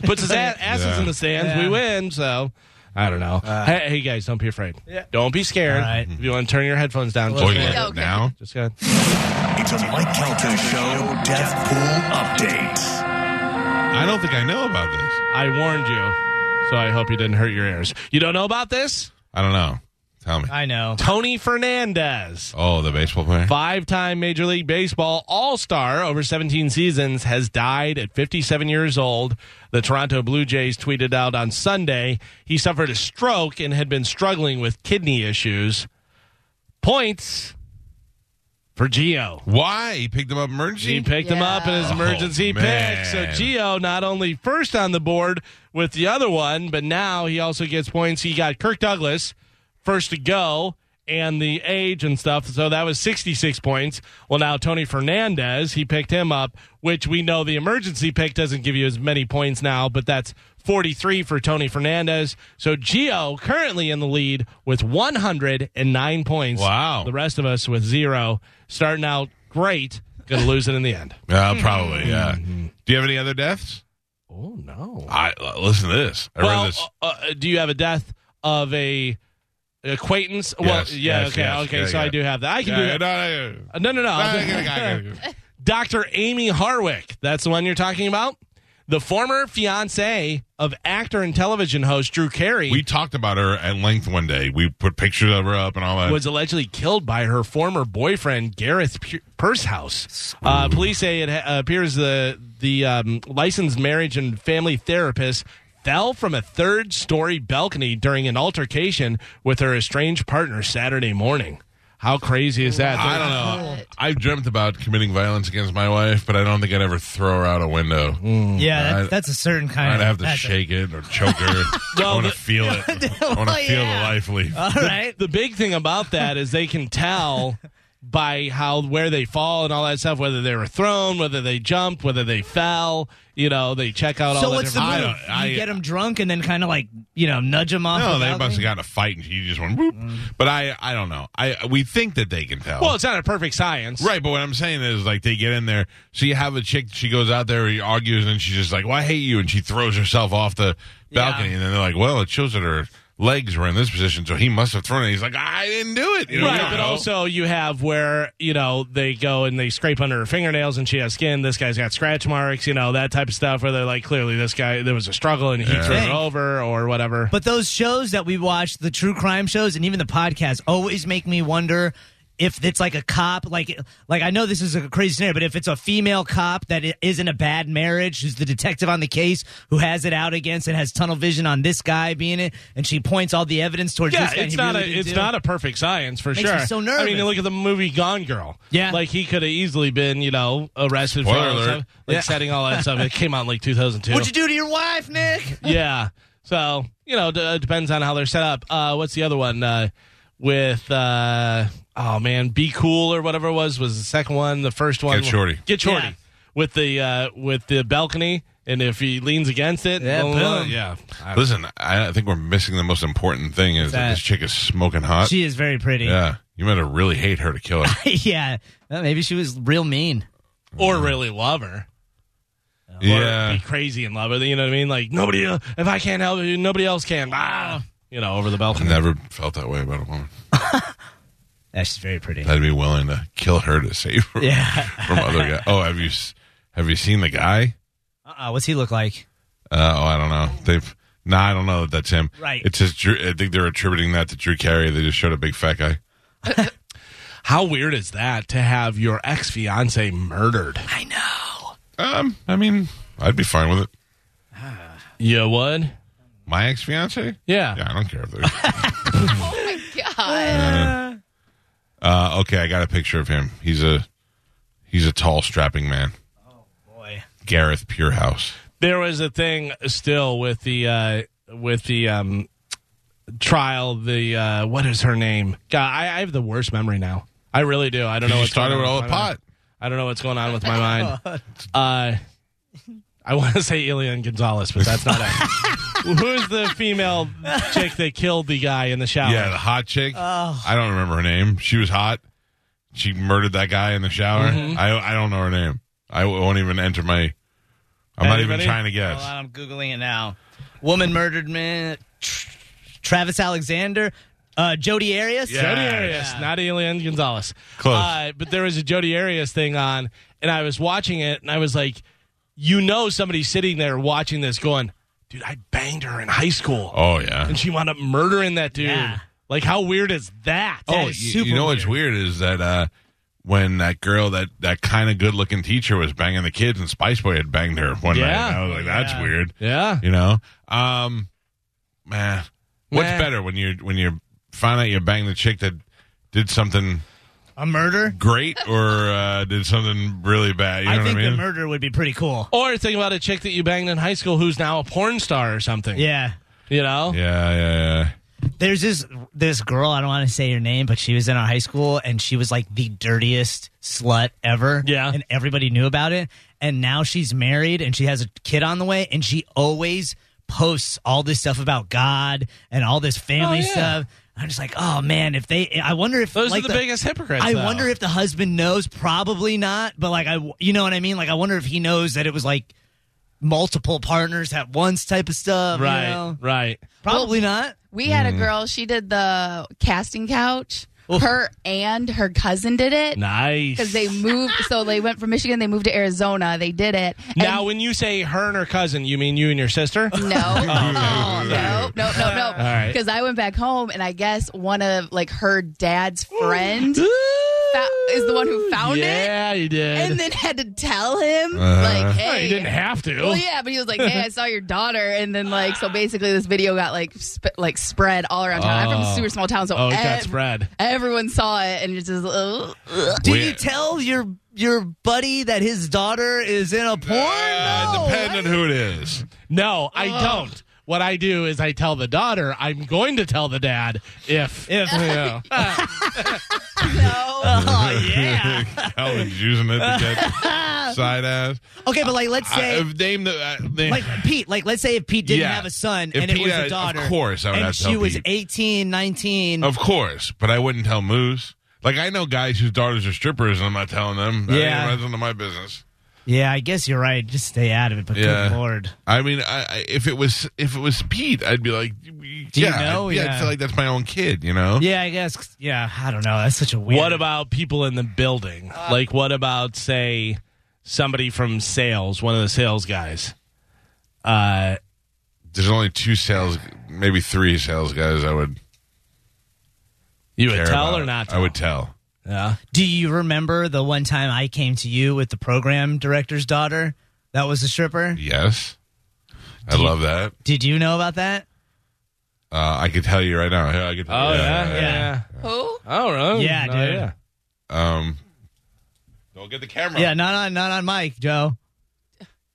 Speaker 2: puts his a- asses
Speaker 1: Yeah.
Speaker 2: in the stands, we win." So. I don't know. hey, hey, guys, don't be afraid. Don't be scared.
Speaker 4: Uh. All right.
Speaker 2: If you want to turn your headphones down,
Speaker 1: Boy,
Speaker 2: just,
Speaker 1: you
Speaker 2: go-
Speaker 1: got it now
Speaker 2: just go ahead.
Speaker 5: It's a Mike Calter Show Death Pool Update.
Speaker 1: I don't think I know about this.
Speaker 2: I warned you, so I hope you didn't hurt your ears. You don't know about this?
Speaker 1: I don't know. Tell me.
Speaker 4: I know.
Speaker 2: Tony Fernandez,
Speaker 1: Oh, the baseball player.
Speaker 2: five time Major League Baseball All Star over 17 seasons, has died at 57 years old. The Toronto Blue Jays tweeted out on Sunday he suffered a stroke and had been struggling with kidney issues. Points for Gio.
Speaker 1: Why he picked him up emergency?
Speaker 2: He picked him up in his
Speaker 1: Yeah.
Speaker 2: emergency
Speaker 1: Oh,
Speaker 2: pick. So
Speaker 1: man.
Speaker 2: Gio not only first on the board with the other one, but now he also gets points. He got Kirk Douglas first to go and the age and stuff. So that was 66 points. Well, now Tony Fernandez, he picked him up, which we know the emergency pick doesn't give you as many points now, but that's 43 for Tony Fernandez. So Gio currently in the lead with 109 points.
Speaker 1: Wow.
Speaker 2: The rest of us with zero. Starting out great, gonna lose it in the end.
Speaker 1: Uh, probably. Yeah.
Speaker 2: Mm-hmm.
Speaker 1: Do you have any other deaths?
Speaker 2: Oh no!
Speaker 1: I uh, listen to this. I
Speaker 2: well,
Speaker 1: read this.
Speaker 2: uh, uh, do you have a death of a acquaintance?
Speaker 1: Yes,
Speaker 2: well, yeah.
Speaker 1: yes,
Speaker 2: okay,
Speaker 1: yes,
Speaker 2: okay.
Speaker 1: yeah,
Speaker 2: so
Speaker 1: yeah.
Speaker 2: I do have that. I can
Speaker 1: Yeah,
Speaker 2: do
Speaker 1: yeah,
Speaker 2: that.
Speaker 1: no, no, no.
Speaker 2: Uh,
Speaker 1: No,
Speaker 2: No, no, no.
Speaker 1: no, no, no.
Speaker 2: Dr. Amy Harwick. That's the one you're talking about. The former fiance of actor and television host Drew Carey
Speaker 1: We talked about her at length one day. We put pictures of her up and all that.
Speaker 2: was allegedly killed by her former boyfriend Gareth Pu- Pursehouse. Uh, police say it ha- appears the the um, licensed marriage and family therapist fell from a third story balcony during an altercation with her estranged partner Saturday morning. How crazy is that?
Speaker 1: Uh, I don't know. I've dreamt about committing violence against my wife, but I don't think I'd ever throw her out a window.
Speaker 2: Mm.
Speaker 4: Yeah,
Speaker 1: I'd-
Speaker 4: that's, that's a certain kind
Speaker 1: I'd
Speaker 4: of.
Speaker 1: have to
Speaker 4: that's a-
Speaker 1: shake it or choke her. I
Speaker 2: Well,
Speaker 1: want to
Speaker 2: the- Uh,
Speaker 1: feel it. I want to
Speaker 4: Well,
Speaker 1: feel
Speaker 4: yeah.
Speaker 1: the life leaf.
Speaker 4: All right.
Speaker 2: The big thing about that is they can tell by how where they fall and all that stuff, whether they were thrown, whether they jumped, whether they fell. You know, they check out
Speaker 4: So
Speaker 2: all.
Speaker 4: what's the
Speaker 2: different-
Speaker 1: I
Speaker 4: move? You
Speaker 1: don't- I-
Speaker 4: get them drunk and then kind of like you know nudge them off.
Speaker 1: no,
Speaker 4: the
Speaker 1: they
Speaker 4: balcony?
Speaker 1: must have gotten in a fight and she just went whoop. But I, I don't know. I we think that they can tell.
Speaker 2: Mm. Well, it's not a perfect science,
Speaker 1: Right, but what I'm saying is, like, they get in there. So you have a chick, she goes out there, he argues, and she's just like, well, I hate you. And she throws herself off the balcony. And then they're like, well, it shows that her legs were in this position, so he must have thrown it. He's like, I didn't do it. You know, we
Speaker 2: right,
Speaker 1: don't
Speaker 2: but
Speaker 1: know.
Speaker 2: also you have where you know they go and they scrape under her fingernails, and she has skin. This guy's got scratch marks, you know that type of stuff. Where they're like, clearly this guy there was a struggle, and he threw it
Speaker 4: Think.
Speaker 2: over or whatever.
Speaker 4: But those shows that we watch, the true crime shows and even the podcast, always make me wonder if it's like a cop, like like I know this is a crazy scenario, but if it's a female cop that i- is in a bad marriage, who's the detective on the case, who has it out against and has tunnel vision on this guy being it, and she points all the evidence towards
Speaker 2: yeah,
Speaker 4: this guy. and
Speaker 2: it's
Speaker 4: he
Speaker 2: not
Speaker 4: really
Speaker 2: a
Speaker 4: didn't
Speaker 2: it's
Speaker 4: do
Speaker 2: not
Speaker 4: it.
Speaker 2: a perfect science for
Speaker 4: Makes
Speaker 2: sure.
Speaker 4: me so
Speaker 2: I mean,
Speaker 4: nervous.
Speaker 2: look at the movie Gone Girl.
Speaker 4: Yeah.
Speaker 2: like he could have easily been you know arrested for
Speaker 1: Spoiler
Speaker 2: all that
Speaker 1: alert.
Speaker 2: stuff, like setting all that stuff. It came out in like 2002.
Speaker 4: What'd you do to your wife, Nick?
Speaker 2: yeah. So you know, d- uh, depends on how they're set up. Uh, what's the other one uh, with? Uh, oh man, be cool or whatever it was was the second one. The first one,
Speaker 1: Get Shorty.
Speaker 2: get shorty
Speaker 4: Yeah.
Speaker 2: with the uh, with the balcony, and if he leans against it,
Speaker 4: Yeah,
Speaker 2: blah, blah, blah.
Speaker 4: boom.
Speaker 2: yeah.
Speaker 1: Listen, I I think we're missing the most important thing is that
Speaker 4: that?
Speaker 1: this chick is smoking hot.
Speaker 4: She is very pretty.
Speaker 1: yeah, you might have really hate her to kill her.
Speaker 4: yeah. Well, maybe she was real mean.
Speaker 2: or really love her. or
Speaker 1: yeah,
Speaker 2: be crazy in love with it. You know what I mean? Like nobody, el- if I can't help you, nobody else can. Ah, you know, over the
Speaker 1: I
Speaker 2: balcony.
Speaker 1: never felt that way about a woman.
Speaker 4: Yeah, she's very pretty.
Speaker 1: I'd be willing to kill her to save her
Speaker 4: Yeah.
Speaker 1: from other guy. Oh, have you s- have you seen the guy?
Speaker 4: Uh-uh, what's he look like?
Speaker 1: Uh, oh, I don't know. They've no, I don't know that that's him.
Speaker 4: Right.
Speaker 1: It's just Drew, I think they're attributing that to Drew Carey. They just showed a big fat guy.
Speaker 2: How weird is that to have your ex fiance murdered?
Speaker 4: I know.
Speaker 1: Um, I mean, I'd be fine with it.
Speaker 2: You would?
Speaker 1: My ex fiance.
Speaker 2: Yeah.
Speaker 1: Yeah, I don't care if there's. oh my god. Uh, okay, I got a picture of him. He's a he's a tall, strapping man.
Speaker 4: Oh, Boy.
Speaker 1: Gareth Purehouse.
Speaker 2: There was a thing still with the uh, with the um, trial. The uh, what is her name? God, I, I have the worst memory now. I really do. I don't know.
Speaker 1: You
Speaker 2: what's
Speaker 1: started with
Speaker 2: going on
Speaker 1: all the
Speaker 2: with my mind.
Speaker 1: pot.
Speaker 2: I don't know what's going on with my mind. Uh, I want to say Ilian Gonzalez, but that's not it. Who's the female chick that killed the guy in the shower?
Speaker 1: Yeah, the hot chick. I don't remember her name. She was hot. She murdered that guy in the shower.
Speaker 2: Mm-hmm.
Speaker 1: I I don't know her name. I won't even enter my. I'm not
Speaker 2: Anybody? Oh,
Speaker 1: even trying to
Speaker 4: Hold
Speaker 1: guess.
Speaker 4: on, I'm googling it now. Woman murdered man. Tr- Travis Alexander, uh, Jody Arias.
Speaker 1: Yeah.
Speaker 2: Jody Arias,
Speaker 4: Yeah.
Speaker 2: not Ilian Gonzalez.
Speaker 1: Close.
Speaker 2: Uh, but there was a Jody Arias thing on, and I was watching it, and I was like, you know, somebody's sitting there watching this going, dude, I banged her in high school.
Speaker 1: Oh yeah.
Speaker 2: And she wound up murdering that dude.
Speaker 4: Yeah.
Speaker 2: Like, how weird is that?
Speaker 1: oh, you, you know what's weird is that uh, when that girl, that that kind of good looking teacher, was banging the kids, and Spice Boy had banged her one night.
Speaker 2: Yeah.
Speaker 1: And I was like, that's
Speaker 4: Yeah.
Speaker 1: weird.
Speaker 2: Yeah.
Speaker 1: You know, um, man, what's
Speaker 2: Meh.
Speaker 1: better when you when you find out you banged the chick that did something
Speaker 4: A murder?
Speaker 1: great or uh, did something really bad? You know
Speaker 4: I think
Speaker 1: what I
Speaker 4: the
Speaker 1: mean?
Speaker 4: murder would be pretty cool.
Speaker 2: Or think about a chick that you banged in high school who's now a porn star or something.
Speaker 4: Yeah.
Speaker 2: You know?
Speaker 1: yeah, yeah, yeah.
Speaker 4: There's this this girl, I don't want to say her name, but she was in our high school and she was like the dirtiest slut ever.
Speaker 2: Yeah.
Speaker 4: And everybody knew about it. And now she's married and she has a kid on the way and she always posts all this stuff about God and all this family
Speaker 2: Oh, yeah.
Speaker 4: stuff. I'm just like, oh man, if they, I wonder if
Speaker 2: Those
Speaker 4: like
Speaker 2: are the, biggest hypocrites.
Speaker 4: I
Speaker 2: though.
Speaker 4: wonder if the husband knows. Probably not. But like I, you know what I mean. Like I wonder if he knows that it was like multiple partners at once type of stuff. you
Speaker 2: Right,
Speaker 4: know?
Speaker 2: right.
Speaker 4: Probably not.
Speaker 8: We had a
Speaker 2: Mm.
Speaker 8: girl, she did the casting couch. Her and her cousin did it.
Speaker 2: Nice.
Speaker 8: Because they moved, so they went from Michigan, they moved to Arizona. They did it. And-
Speaker 2: now, when you say her and her cousin, you mean you and your sister?
Speaker 4: Mm.
Speaker 8: No,
Speaker 4: Oh,
Speaker 8: no, no, no, no,
Speaker 2: Oh, right.
Speaker 8: Because I went back home, and I guess one of like her dad's friends fou- is the one who found it,
Speaker 2: Yeah, you did.
Speaker 8: and then had to tell him
Speaker 1: Uh-huh.
Speaker 8: like,
Speaker 2: Well,
Speaker 8: "Hey,
Speaker 2: you didn't have to.
Speaker 8: Well, yeah, but he was like, "Hey, I saw your daughter," and then like, so basically, this video got like sp- like spread all around town. I'm from a super small town, so
Speaker 2: Oh, it got
Speaker 8: ev-
Speaker 2: spread.
Speaker 8: everyone saw it, and it's just ugh, ugh.
Speaker 4: Do
Speaker 1: We-
Speaker 4: you tell your your buddy that his daughter is in a porn?
Speaker 1: Uh,
Speaker 4: No.
Speaker 1: depending who it is.
Speaker 2: No, I don't. What I do is I tell the daughter, I'm going to tell the dad if.
Speaker 4: If-
Speaker 2: you know.
Speaker 4: Oh yeah.
Speaker 1: Colin's using it to get side ass.
Speaker 4: Okay, but like let's
Speaker 1: I,
Speaker 4: say.
Speaker 1: I've named the uh, name.
Speaker 4: like Pete, like let's say if Pete didn't
Speaker 1: Yeah.
Speaker 4: have a son
Speaker 1: If
Speaker 4: and
Speaker 1: Pete
Speaker 4: it was
Speaker 1: had-
Speaker 4: a
Speaker 1: of
Speaker 4: daughter,
Speaker 1: course I would
Speaker 4: and
Speaker 1: have to
Speaker 4: she
Speaker 1: tell
Speaker 4: was
Speaker 1: Pete. Oh.
Speaker 4: 18, 19.
Speaker 1: Of course, but I wouldn't tell Moose. Like I know guys whose daughters are strippers, and I'm not telling them. That
Speaker 4: Yeah.
Speaker 1: ain't none of my business.
Speaker 4: Yeah, I guess you're right. Just stay out of it. But
Speaker 1: Yeah.
Speaker 4: good lord,
Speaker 1: I mean, I, I if it was if it was Pete, I'd be like,
Speaker 4: Do you
Speaker 1: yeah,
Speaker 4: know?
Speaker 1: yeah, I
Speaker 4: Yeah.
Speaker 1: feel like that's my own kid, you know.
Speaker 4: yeah, I guess. Yeah, I don't know. That's such a weird.
Speaker 2: What about people in the building?
Speaker 8: Uh.
Speaker 2: like, what about say somebody from sales, one of the sales guys? Uh,
Speaker 1: There's only two sales, maybe three sales guys. I would
Speaker 2: you would
Speaker 1: care
Speaker 2: tell
Speaker 1: about.
Speaker 2: or not? Tell?
Speaker 1: I would tell.
Speaker 2: Yeah.
Speaker 4: Do you remember the one time I came to you with the program director's daughter? That was a stripper.
Speaker 1: Yes, I love that.
Speaker 4: Did you know about that?
Speaker 1: Uh, I could tell you right now. Yeah, I could.
Speaker 2: Oh yeah, yeah.
Speaker 8: Who?
Speaker 2: Oh really?
Speaker 4: Yeah,
Speaker 2: No,
Speaker 4: dude.
Speaker 1: yeah.
Speaker 2: yeah.
Speaker 1: Um, don't get the camera.
Speaker 4: Yeah, not on not on Mike, Joe.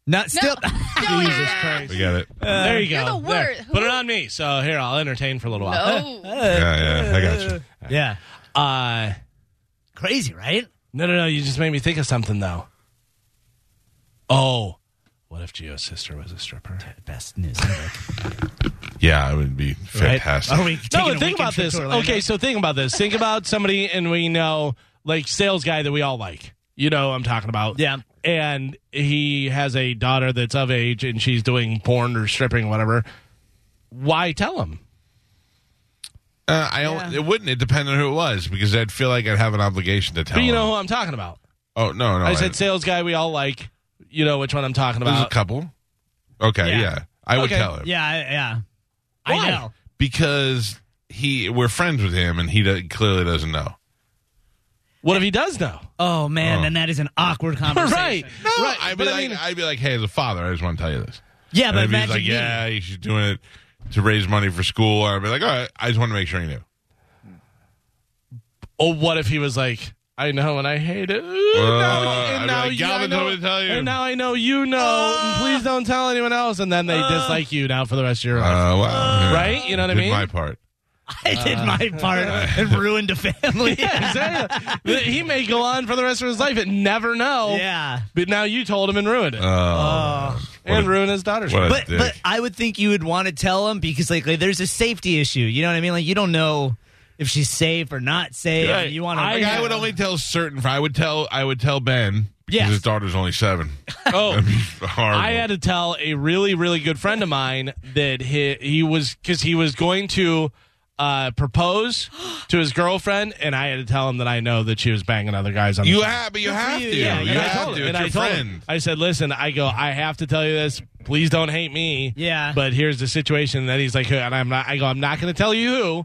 Speaker 4: Not still. Jesus Christ.
Speaker 1: we got it.
Speaker 2: there you
Speaker 8: You're
Speaker 2: go.
Speaker 8: the
Speaker 2: There.
Speaker 8: worst. Who-
Speaker 2: Put it on me. So here, I'll entertain for a little while.
Speaker 8: Oh,
Speaker 1: yeah, yeah, I got you.
Speaker 4: Yeah,
Speaker 2: Uh,
Speaker 4: crazy, right?
Speaker 2: no, no, no. You just made me think of something though. Oh, what if Gio's sister was a stripper?
Speaker 4: Best news. ever.
Speaker 1: Yeah, it would be
Speaker 4: Right?
Speaker 1: fantastic.
Speaker 2: Oh,
Speaker 4: Are we taking
Speaker 2: No,
Speaker 4: a
Speaker 2: think
Speaker 4: weekend
Speaker 2: about
Speaker 4: trip
Speaker 2: this.
Speaker 4: to Orlando?
Speaker 2: Okay, so think about this. Think about somebody and we know, like sales guy that we all like. You know, who I'm talking about.
Speaker 4: Yeah.
Speaker 2: And he has a daughter that's of age and she's doing porn or stripping, or whatever. Why tell him?
Speaker 1: Uh, I don't, it wouldn't. It depended on who it was because I'd feel like I'd have an obligation to tell.
Speaker 2: But you
Speaker 1: him.
Speaker 2: know who I'm talking about.
Speaker 1: Oh no, no.
Speaker 2: I said sales guy we all like. You know which one I'm talking
Speaker 1: There's a
Speaker 2: about.
Speaker 1: couple. Okay, yeah.
Speaker 4: Yeah.
Speaker 1: I would
Speaker 2: Okay.
Speaker 1: tell him
Speaker 4: Yeah, I- yeah.
Speaker 2: Why?
Speaker 4: I know.
Speaker 1: because he we're friends with him and he do- clearly doesn't know.
Speaker 2: What if he does know?
Speaker 4: Oh man,
Speaker 1: Oh.
Speaker 4: then that is an awkward conversation.
Speaker 2: Right.
Speaker 1: right, I'd be
Speaker 2: but I
Speaker 1: like, I
Speaker 2: mean-
Speaker 1: would be like, hey, as a father, I just want to tell you this.
Speaker 4: Yeah,
Speaker 1: And
Speaker 4: but
Speaker 1: if
Speaker 4: imagine
Speaker 1: he's like,
Speaker 4: me.
Speaker 1: yeah, she's doing it to raise money for school, I'd be like, all right, I just want to make sure you knew.
Speaker 2: Or what if he was like, I know and I hate it. Ooh,
Speaker 1: Uh,
Speaker 2: now-
Speaker 1: I'd be
Speaker 2: and now
Speaker 1: like,
Speaker 2: you- I
Speaker 1: Galvin
Speaker 2: know-
Speaker 1: told me to tell you. Uh,
Speaker 2: And now I know you know. and please don't tell anyone else. And then they dislike you now for the rest of your
Speaker 1: Uh,
Speaker 2: life.
Speaker 1: wow. Yeah.
Speaker 2: right? You know what I
Speaker 1: Did
Speaker 2: mean?
Speaker 1: My part.
Speaker 4: I did my part and ruined a family. Yeah.
Speaker 2: uh-huh." Exactly. he may go on for the rest of his life and never know. But now you told him and ruined it. Uh,
Speaker 1: Oh,
Speaker 2: and
Speaker 1: what a-
Speaker 2: ruined his daughter's.
Speaker 1: what a
Speaker 4: But
Speaker 1: dick.
Speaker 4: but I would think you would want to tell him because like, like, there's a safety issue. You know what I mean? Like you don't know if she's safe or not safe.
Speaker 2: Right.
Speaker 4: You want to
Speaker 1: Like, I would only tell certain. I would tell. I would tell Ben because
Speaker 4: Yes.
Speaker 1: his daughter's only seven.
Speaker 2: oh.
Speaker 1: Horrible.
Speaker 2: I had to tell a really, really good friend of mine that he, he was because he was going to uh, propose to his girlfriend, and I had to tell him that I know that she was banging other guys on. the
Speaker 1: You
Speaker 2: side.
Speaker 1: have, but you have
Speaker 4: you.
Speaker 1: to.
Speaker 4: Yeah,
Speaker 1: you
Speaker 2: And I
Speaker 1: have
Speaker 2: told
Speaker 1: to.
Speaker 2: him,
Speaker 1: It's
Speaker 2: and
Speaker 1: your
Speaker 2: I told him.
Speaker 1: friend.
Speaker 2: I said, "Listen, I go. I have to tell you this. Please don't hate me.
Speaker 4: Yeah.
Speaker 2: But here's the situation." And then he's like, "And I'm not. I go. I'm not going to tell you who,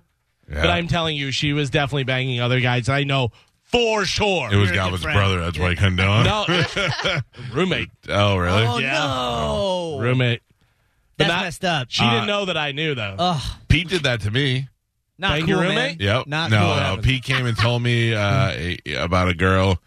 Speaker 1: Yeah.
Speaker 2: but I'm telling you, she was definitely banging other guys. I know for sure.
Speaker 1: It was
Speaker 4: You're a good
Speaker 1: Galvin's
Speaker 4: friend.
Speaker 1: brother. That's why he couldn't do it.
Speaker 2: no roommate.
Speaker 1: Oh, really?
Speaker 4: Oh no,
Speaker 2: Roommate. But
Speaker 4: that's
Speaker 2: not-
Speaker 4: messed up.
Speaker 2: She
Speaker 1: Uh,
Speaker 2: didn't know that I knew though.
Speaker 4: Oh.
Speaker 1: Pete did that to me.
Speaker 4: Not
Speaker 2: Bang
Speaker 4: cool,
Speaker 2: your
Speaker 4: man.
Speaker 2: roommate?
Speaker 1: Yep.
Speaker 4: Not
Speaker 1: no,
Speaker 4: cool.
Speaker 1: no. Pete came and told me uh, a- about a girl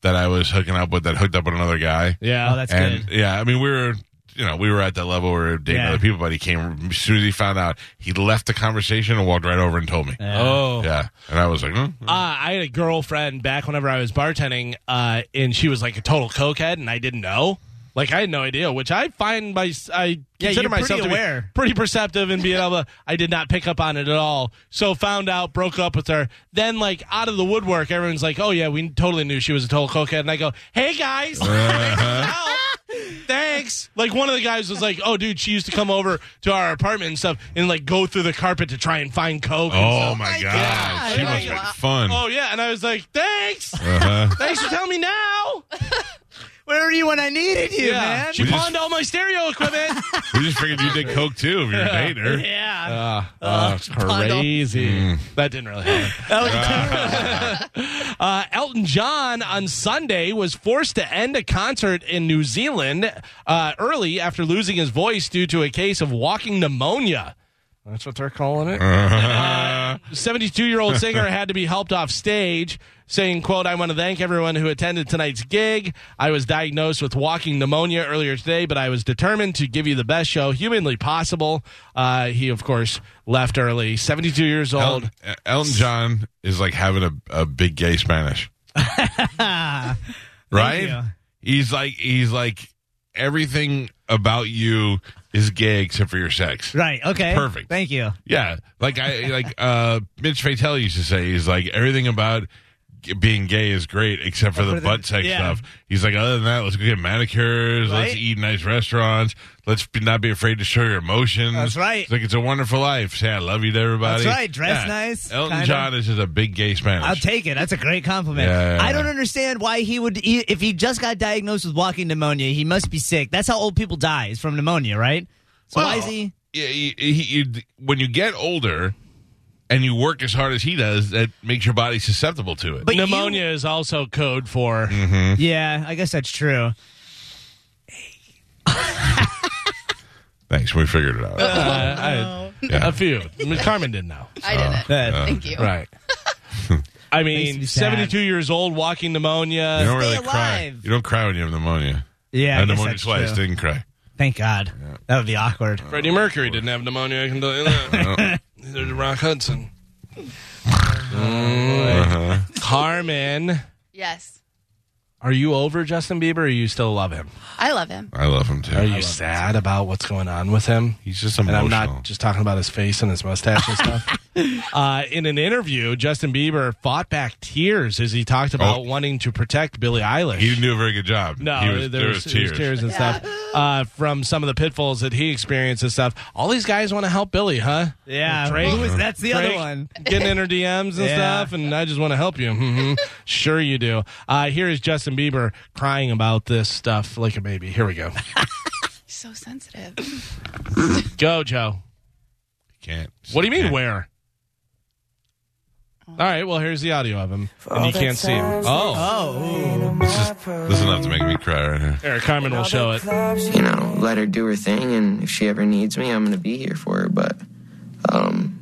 Speaker 1: that I was hooking up with that hooked up with another guy.
Speaker 2: yeah.
Speaker 4: Oh, that's
Speaker 1: and
Speaker 4: good.
Speaker 1: yeah, I mean, we were, you know, we were at that level where we were dating
Speaker 4: Yeah.
Speaker 1: other people, but he came as soon as he found out, he left the conversation and walked right over and told me.
Speaker 2: oh.
Speaker 1: Yeah, and I was like, hmm?
Speaker 2: Uh, I had a girlfriend back whenever I was bartending, uh, and she was like a total cokehead, and I didn't know. Like I had no idea, which I find my I consider
Speaker 4: you're pretty
Speaker 2: myself to be
Speaker 4: aware.
Speaker 2: pretty perceptive and being able. to- I did not pick up on it at all. So found out, broke up with her. Then like out of the woodwork, everyone's like, "Oh yeah, we totally knew she was a total cokehead." And I go, "Hey guys, thanks." Like one of the guys was like, "Oh dude, she used to come over to our apartment and stuff, and like go through the carpet to try and find coke." and
Speaker 1: oh
Speaker 2: stuff."
Speaker 1: my god, she must have had fun.
Speaker 2: Oh yeah, and I was like, "Thanks."
Speaker 1: Uh-huh.
Speaker 2: Thanks for telling me now.
Speaker 4: Where were you when I needed you, man?
Speaker 2: She
Speaker 1: We just-
Speaker 2: pawned all my stereo equipment.
Speaker 1: we just figured you did coke too if you were dating her.
Speaker 4: Yeah.
Speaker 1: Ah,
Speaker 2: crazy. Hmm. That didn't really happen. uh, Elton John on Sunday was forced to end a concert in New Zealand uh, early after losing his voice due to a case of walking pneumonia. That's what they're calling it. 72 year old singer had to be helped off stage saying quote i want to thank everyone who attended tonight's gig i was diagnosed with walking pneumonia earlier today but i was determined to give you the best show humanly possible uh, he of course left early 72 years old
Speaker 1: Elton, Elton John is like having a, a big gay Spanish. right? He's like he's like everything about you is gay except for your sex.
Speaker 4: Right. Okay.
Speaker 1: Perfect.
Speaker 4: Thank you.
Speaker 1: Yeah. Like I like uh Mitch Fatel used to say he's like everything about g- being gay is great, except for the butt sex
Speaker 4: yeah.
Speaker 1: stuff. He's like, other than that, let's go get manicures. Let's
Speaker 4: Right.
Speaker 1: eat nice restaurants. Let's be, not be afraid to show your emotions.
Speaker 4: That's right.
Speaker 1: It's like it's a wonderful life. Say I love you to everybody.
Speaker 4: That's right. Dress nice,
Speaker 1: Elton
Speaker 4: kinda.
Speaker 1: John is just a big gay Spanish.
Speaker 4: I'll take it. That's a great compliment.
Speaker 1: Yeah.
Speaker 4: I don't understand why he would, he, if he just got diagnosed with walking pneumonia, he must be sick. That's how old people die, is from pneumonia, right? So why is he?
Speaker 1: Yeah, he, he, you- when you get older and you work as hard as he does, that makes your body susceptible to it.
Speaker 4: But you-
Speaker 2: Pneumonia is also code for.
Speaker 4: yeah, I guess that's true.
Speaker 1: Thanks, we figured it out.
Speaker 2: Uh, I-
Speaker 1: Yeah.
Speaker 2: A few. I mean, Carmen didn't know.
Speaker 8: I didn't.
Speaker 4: That-
Speaker 8: Thank you.
Speaker 2: Right. I
Speaker 4: Makes me
Speaker 2: mean,
Speaker 4: sad.
Speaker 2: 72 years old, walking pneumonia.
Speaker 1: you don't really
Speaker 4: stay
Speaker 1: cry.
Speaker 4: alive.
Speaker 1: You don't cry when you have pneumonia.
Speaker 4: Yeah,
Speaker 1: I
Speaker 4: I
Speaker 1: had
Speaker 4: guess
Speaker 1: pneumonia
Speaker 4: that's
Speaker 1: twice.
Speaker 4: true.
Speaker 1: Didn't cry.
Speaker 4: Thank God. That would be awkward.
Speaker 2: Freddie Mercury didn't have pneumonia. I can tell you that. Neither did Rock Hudson.
Speaker 1: Uh-huh.
Speaker 2: Carmen,
Speaker 8: Yes.
Speaker 2: are you over Justin Bieber or you still love him?
Speaker 8: I love him.
Speaker 1: I love him too.
Speaker 2: Are you sad about what's going on with him?
Speaker 1: He's just
Speaker 2: And
Speaker 1: emotional.
Speaker 2: I'm not just talking about his face and his mustache and stuff. uh, in an interview, Justin Bieber fought back tears as he talked about
Speaker 1: Oh.
Speaker 2: wanting to protect Billie Eilish.
Speaker 1: he didn't do a very good job.
Speaker 2: No,
Speaker 1: he was, there was
Speaker 2: it
Speaker 1: tears.
Speaker 2: and stuff uh, from some of the pitfalls that he experienced and stuff. All these guys want to help Billy, huh?
Speaker 4: Yeah,
Speaker 2: Drake.
Speaker 4: who is- that's the other
Speaker 2: Drake
Speaker 4: one.
Speaker 2: Getting in her DMs and
Speaker 4: Yeah.
Speaker 2: stuff, and I just want to help you. Mhm. sure, you do. Uh, here is Justin Bieber crying about this stuff like a baby. Here we go.
Speaker 8: He's so sensitive.
Speaker 2: Mm-hmm. Go, Joe.
Speaker 1: Can't.
Speaker 2: What do you mean,
Speaker 1: Can't.
Speaker 2: where? All right, well, here's the audio of him, and you can't see him. Oh,
Speaker 4: Oh,
Speaker 1: This is, this is enough to make me cry right here.
Speaker 2: here, Carmen will show it.
Speaker 9: you know, let her do her thing, and if she ever needs me, I'm gonna be here for her. But, um,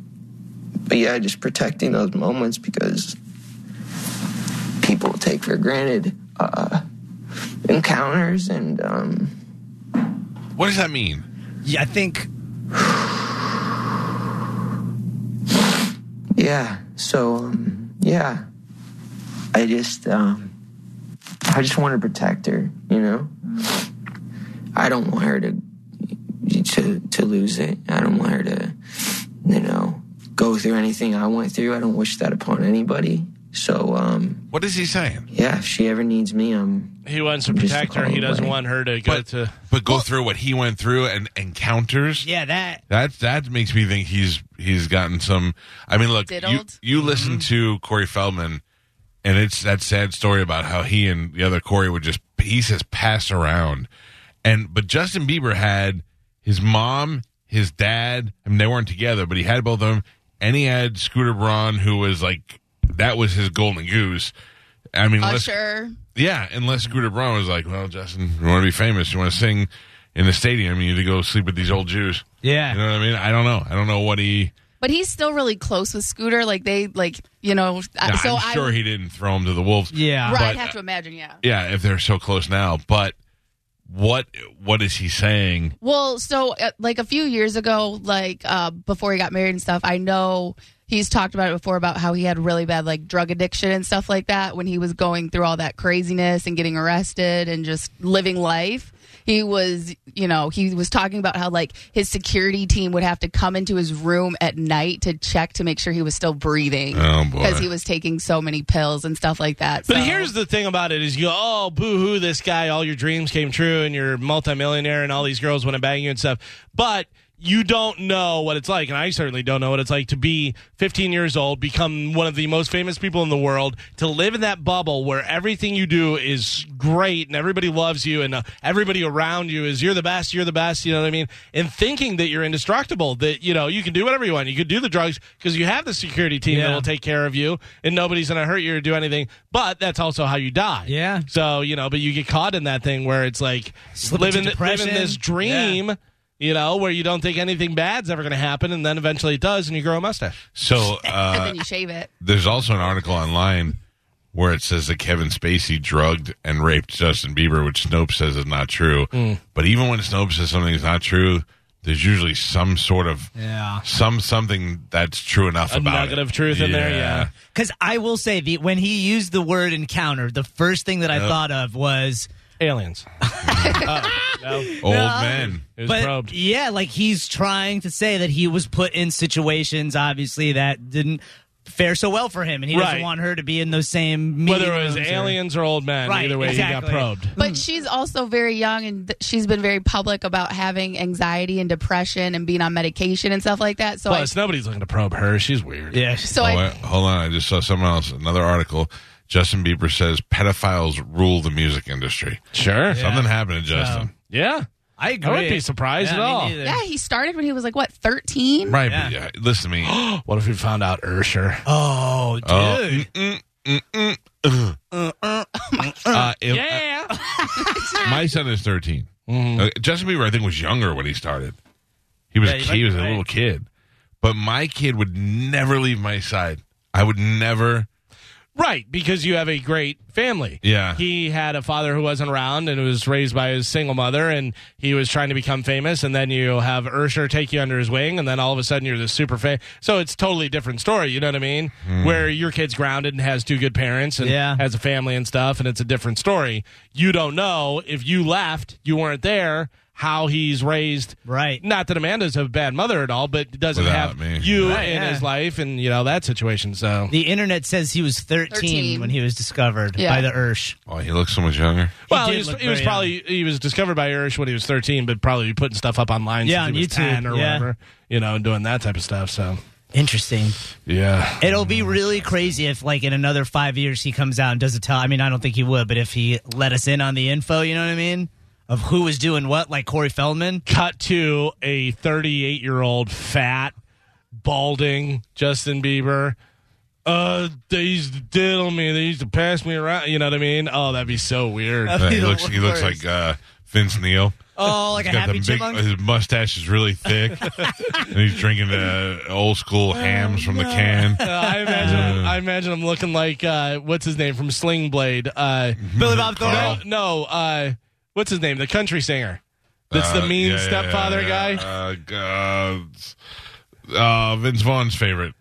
Speaker 9: but yeah, just protecting those moments because people take for granted uh, encounters and um,
Speaker 1: What does that mean?
Speaker 4: yeah, I think.
Speaker 9: yeah. So um, yeah, I just um, I just want to protect her. You know, I don't want her to to to lose it. I don't want her to, you know, go through anything I went through. I don't wish that upon anybody. So, um,
Speaker 1: What is he saying?
Speaker 9: yeah, if she ever needs me, I'm
Speaker 2: He wants to
Speaker 9: I'm just
Speaker 2: protect her. He
Speaker 9: calling
Speaker 2: doesn't
Speaker 9: Blake.
Speaker 2: want her to go
Speaker 1: But-
Speaker 2: to.
Speaker 1: But go through what he went through and encounters.
Speaker 4: Yeah, that.
Speaker 1: That that makes me think he's he's gotten some. I mean, look, you,
Speaker 8: Diddled. Mm-hmm.
Speaker 1: you listen to Corey Feldman, and it's that sad story about how he and the other Corey would just he says pass around, and but Justin Bieber had his mom, his dad. I mean, they weren't together, but he had both of them, and he had Scooter Braun, who was like that was his golden goose. I mean, let's-
Speaker 8: Usher.
Speaker 1: yeah, unless Scooter Braun was like, well, Justin, you want to be famous, you want to sing in the stadium, you need to go sleep with these old Jews.
Speaker 4: Yeah.
Speaker 1: You know what I mean? I don't know. I don't know what he.
Speaker 8: But he's still really close with Scooter. Like they, like you know. I-
Speaker 2: Uh,
Speaker 1: Nah,
Speaker 8: so
Speaker 1: I'm sure
Speaker 8: I,
Speaker 1: he didn't throw him to the wolves.
Speaker 4: Yeah.
Speaker 8: Right,
Speaker 1: but-
Speaker 8: I'd have to imagine. Yeah.
Speaker 1: Yeah, if they're so close now, but what what is he saying?
Speaker 8: Well, so uh, like a few years ago, like uh, before he got married and stuff, I know he's talked about it before about how he had really bad like drug addiction and stuff like that when he was going through all that craziness and getting arrested and just living life. He was, you know, he was talking about how like his security team would have to come into his room at night to check to make sure he was still breathing
Speaker 1: Oh, boy.
Speaker 8: he was taking so many pills and stuff like that.
Speaker 2: But
Speaker 8: so-
Speaker 2: here's the thing about it is you go, oh, boo-hoo, this guy, all your dreams came true and you're a multimillionaire and all these girls want to bang you and stuff. But you don't know what it's like, and I certainly don't know what it's like to be 15 years old, become one of the most famous people in the world, to live in that bubble where everything you do is great and everybody loves you and uh, everybody around you is you're the best, you're the best, you know what I mean? And thinking that you're indestructible, that, you know, you can do whatever you want. You could do the drugs because you have the security team that
Speaker 4: Yeah.
Speaker 2: will take care of you and nobody's going to hurt you or do anything. But that's also how you die.
Speaker 4: Yeah.
Speaker 2: So, you know, but you get caught in that thing where it's like
Speaker 4: Slip into
Speaker 2: living, living
Speaker 4: depression.
Speaker 2: this dream, you know, where you don't think anything bad's ever going to happen. And then eventually it does and you grow a mustache.
Speaker 1: So
Speaker 8: and
Speaker 1: uh,
Speaker 8: then you shave it.
Speaker 1: there's also an article online where it says that Kevin Spacey drugged and raped Justin Bieber, which Snopes says is not true.
Speaker 2: Mm.
Speaker 1: But even when Snopes says something is not true, there's usually some sort of
Speaker 4: Yeah.
Speaker 1: some something that's true enough
Speaker 2: A
Speaker 1: about
Speaker 2: nugget
Speaker 1: it.
Speaker 2: of truth in there, yeah.
Speaker 4: Because I will say, the, when he used the word encounter, the first thing that I thought of was.
Speaker 2: Aliens. no, it
Speaker 1: Old men.
Speaker 2: was
Speaker 4: but
Speaker 2: probed.
Speaker 4: yeah, like he's trying to say that he was put in situations, obviously, that didn't fare so well for him, and he
Speaker 2: Right.
Speaker 4: doesn't want her to be in those same meeting
Speaker 2: Whether it was
Speaker 4: rooms or-
Speaker 2: aliens or old men,
Speaker 4: Right,
Speaker 2: either way, you got
Speaker 4: exactly.
Speaker 2: probed.
Speaker 8: But she's also very young, and th- she's been very public about having anxiety and depression and being on medication and stuff like that. So, I,
Speaker 2: Plus, nobody's looking to probe her. She's weird.
Speaker 4: Yeah.
Speaker 8: so
Speaker 1: Oh,
Speaker 8: I,
Speaker 1: wait, hold on. I just saw someone else, another article. Justin Bieber says pedophiles rule the music industry.
Speaker 2: Sure.
Speaker 1: Something happened to Justin.
Speaker 2: Yeah.
Speaker 4: I agree.
Speaker 2: wouldn't be surprised at
Speaker 4: me
Speaker 2: all.
Speaker 4: neither.
Speaker 8: yeah, he started when he was like what thirteen.
Speaker 1: Right. but yeah, listen to me.
Speaker 2: What if we found out Ursher?
Speaker 4: Oh, dude.
Speaker 1: Oh, mm, mm, mm, mm. Uh, if-
Speaker 2: Yeah.
Speaker 1: uh, my son is 13. Uh, Justin Bieber, I think, was younger when he started. He was,
Speaker 4: Yeah,
Speaker 1: a,
Speaker 4: he
Speaker 1: kid, he
Speaker 4: might
Speaker 1: was
Speaker 4: be
Speaker 1: a
Speaker 4: right.
Speaker 1: little kid. But my kid would never leave my side. I would never.
Speaker 2: Right, because you have a great family.
Speaker 1: Yeah.
Speaker 2: He had a father who wasn't around and was raised by his single mother, and he was trying to become famous. And then you have Ursher take you under his wing, and then all of a sudden you're this super fan. So it's totally different story. You know what I mean?
Speaker 1: Hmm.
Speaker 2: Where your kid's grounded and has two good parents and
Speaker 4: Yeah.
Speaker 2: has a family and stuff, and it's a different story. You don't know if you left, you weren't there. How he's raised,
Speaker 4: Right.
Speaker 2: Not that Amanda's a bad mother at all, but doesn't
Speaker 1: Without
Speaker 2: have
Speaker 1: me.
Speaker 2: you
Speaker 1: Right,
Speaker 2: in
Speaker 4: yeah.
Speaker 2: his life, and you know that situation. So
Speaker 4: The internet says he was 13,
Speaker 8: 13.
Speaker 4: when he was discovered
Speaker 8: Yeah.
Speaker 4: by the Ursh.
Speaker 1: Oh, he looks so much younger.
Speaker 2: Well,
Speaker 4: did
Speaker 2: he, was,
Speaker 4: look
Speaker 2: he was
Speaker 4: very
Speaker 2: probably he was discovered by Irish when he was 13, but probably putting stuff up online.
Speaker 4: Yeah,
Speaker 2: since
Speaker 4: on
Speaker 2: he was
Speaker 4: YouTube,
Speaker 2: 10 or
Speaker 4: yeah.
Speaker 2: whatever, you know, and doing that type of stuff. So
Speaker 4: Interesting.
Speaker 2: yeah,
Speaker 4: It'll be really crazy if, like, in another five years, he comes out and does a tell. I mean, I don't think he would, but if he let us in on the info, you know what I mean? Of who was doing what, like Corey Feldman.
Speaker 2: cut to a 38 year old fat, balding Justin Bieber. Uh, they used to diddle me. They used to pass me around. You know what I mean? Oh, that'd be so weird.
Speaker 1: Uh, he
Speaker 4: the
Speaker 1: looks, he looks
Speaker 4: worst.
Speaker 1: like uh, Vince Neil.
Speaker 4: Oh, like a
Speaker 1: got the
Speaker 4: happy
Speaker 1: big- uh,
Speaker 4: chipmunk.
Speaker 1: his mustache is really thick, and he's drinking the old school hams from the can.
Speaker 2: Uh, I imagine. him- I imagine him looking like uh, what's his name from Sling Blade. Uh,
Speaker 4: Billy Bob Thornton.
Speaker 1: Carl.
Speaker 2: no, uh, what's his name? The country singer. That's the
Speaker 1: Uh,
Speaker 2: mean
Speaker 1: yeah, yeah,
Speaker 2: stepfather
Speaker 1: yeah,
Speaker 2: guy.
Speaker 1: yeah. Uh, g- uh, uh, Vince Vaughn's favorite.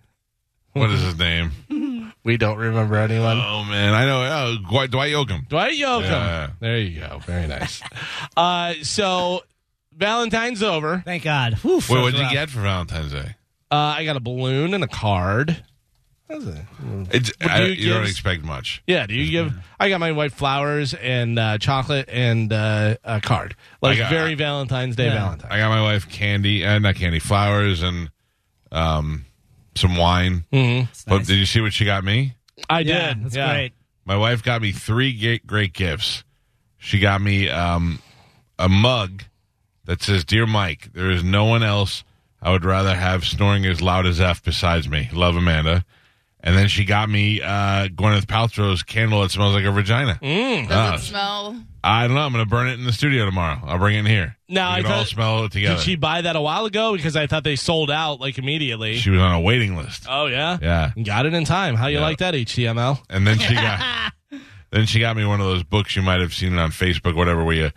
Speaker 1: What is his name?
Speaker 2: We don't remember anyone.
Speaker 1: Oh man, I know. Uh, Dwight, Dwight Yoakam.
Speaker 2: Dwight Yoakam.
Speaker 1: Yeah.
Speaker 2: There you go. Very nice. uh, so Valentine's over.
Speaker 4: Thank God. Whew,
Speaker 1: Wait,
Speaker 4: feels
Speaker 1: what did you
Speaker 4: rough.
Speaker 1: get for Valentine's Day?
Speaker 2: Uh, I got a balloon and a card. How's it?
Speaker 1: It's, I,
Speaker 2: you
Speaker 1: you, don't
Speaker 2: give?
Speaker 1: expect much.
Speaker 2: Yeah. Do you give? I got my wife flowers and uh, chocolate and uh, a card. Like
Speaker 1: I got-
Speaker 2: very Valentine's Day. Valentine.
Speaker 1: I got my wife candy, uh, not candy, flowers, and um, some wine.
Speaker 2: Hmm. Mm-hmm.
Speaker 1: But did you see what she got me?
Speaker 2: I did.
Speaker 4: Yeah, that's
Speaker 2: yeah.
Speaker 4: great.
Speaker 1: My wife got me three great, great gifts. She got me um, a mug that says, "Dear Mike, there is no one else I would rather have snoring as loud as F besides me. Love, Amanda." And then she got me uh, Gwyneth Paltrow's candle that smells like a vagina.
Speaker 2: Mm.
Speaker 8: Does it smell?
Speaker 1: I don't know. I'm going to burn it in the studio tomorrow. I'll bring it in here.
Speaker 2: Now,
Speaker 1: we
Speaker 2: I
Speaker 1: can
Speaker 2: thought-
Speaker 1: all smell it together.
Speaker 2: Did she buy that a while ago? Because I thought they sold out like immediately.
Speaker 1: She was on a waiting list.
Speaker 2: oh yeah.
Speaker 1: Yeah.
Speaker 2: Got it in time. How you
Speaker 1: Yeah.
Speaker 2: like that HTML?
Speaker 1: And then she got then she got me one of those books you might have seen on Facebook, whatever. Where you,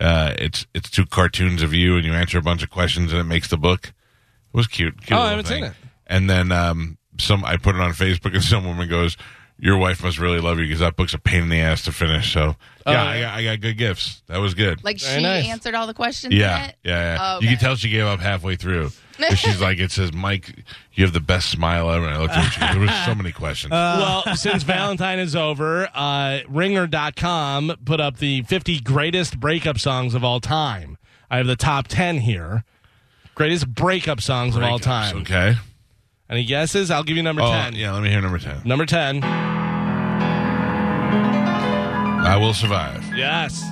Speaker 1: uh, it's it's two cartoons of you, and you answer a bunch of questions, and it makes the book. It was cute. cute
Speaker 2: Oh, I
Speaker 1: little
Speaker 2: haven't
Speaker 1: thing.
Speaker 2: seen it.
Speaker 1: And then um, some, I put it on Facebook, and some woman goes, "Your wife must really love you because that book's a pain in the ass to finish." So
Speaker 2: Oh,
Speaker 1: yeah, I, got, I got good gifts. That was good.
Speaker 8: Like
Speaker 2: Very
Speaker 8: she
Speaker 2: nice.
Speaker 8: answered all the questions. in
Speaker 1: yeah,
Speaker 8: it?
Speaker 1: yeah, yeah.
Speaker 8: Oh,
Speaker 1: You
Speaker 8: okay.
Speaker 1: can tell she gave up halfway through. 'Cause She's like, it says, Mike, you have the best smile ever. And I looked at her, she goes, there was so many questions.
Speaker 2: Uh, well, since Valentine is over, uh, ringer.com put up the 50 greatest breakup songs of all time. I have the top 10 here. Greatest breakup songs of all
Speaker 1: Breakups,
Speaker 2: time.
Speaker 1: Okay.
Speaker 2: Any guesses? I'll give you number
Speaker 1: Oh,
Speaker 2: 10.
Speaker 1: yeah, let me hear number 10.
Speaker 2: Number 10.
Speaker 1: I Will Survive.
Speaker 2: Yes.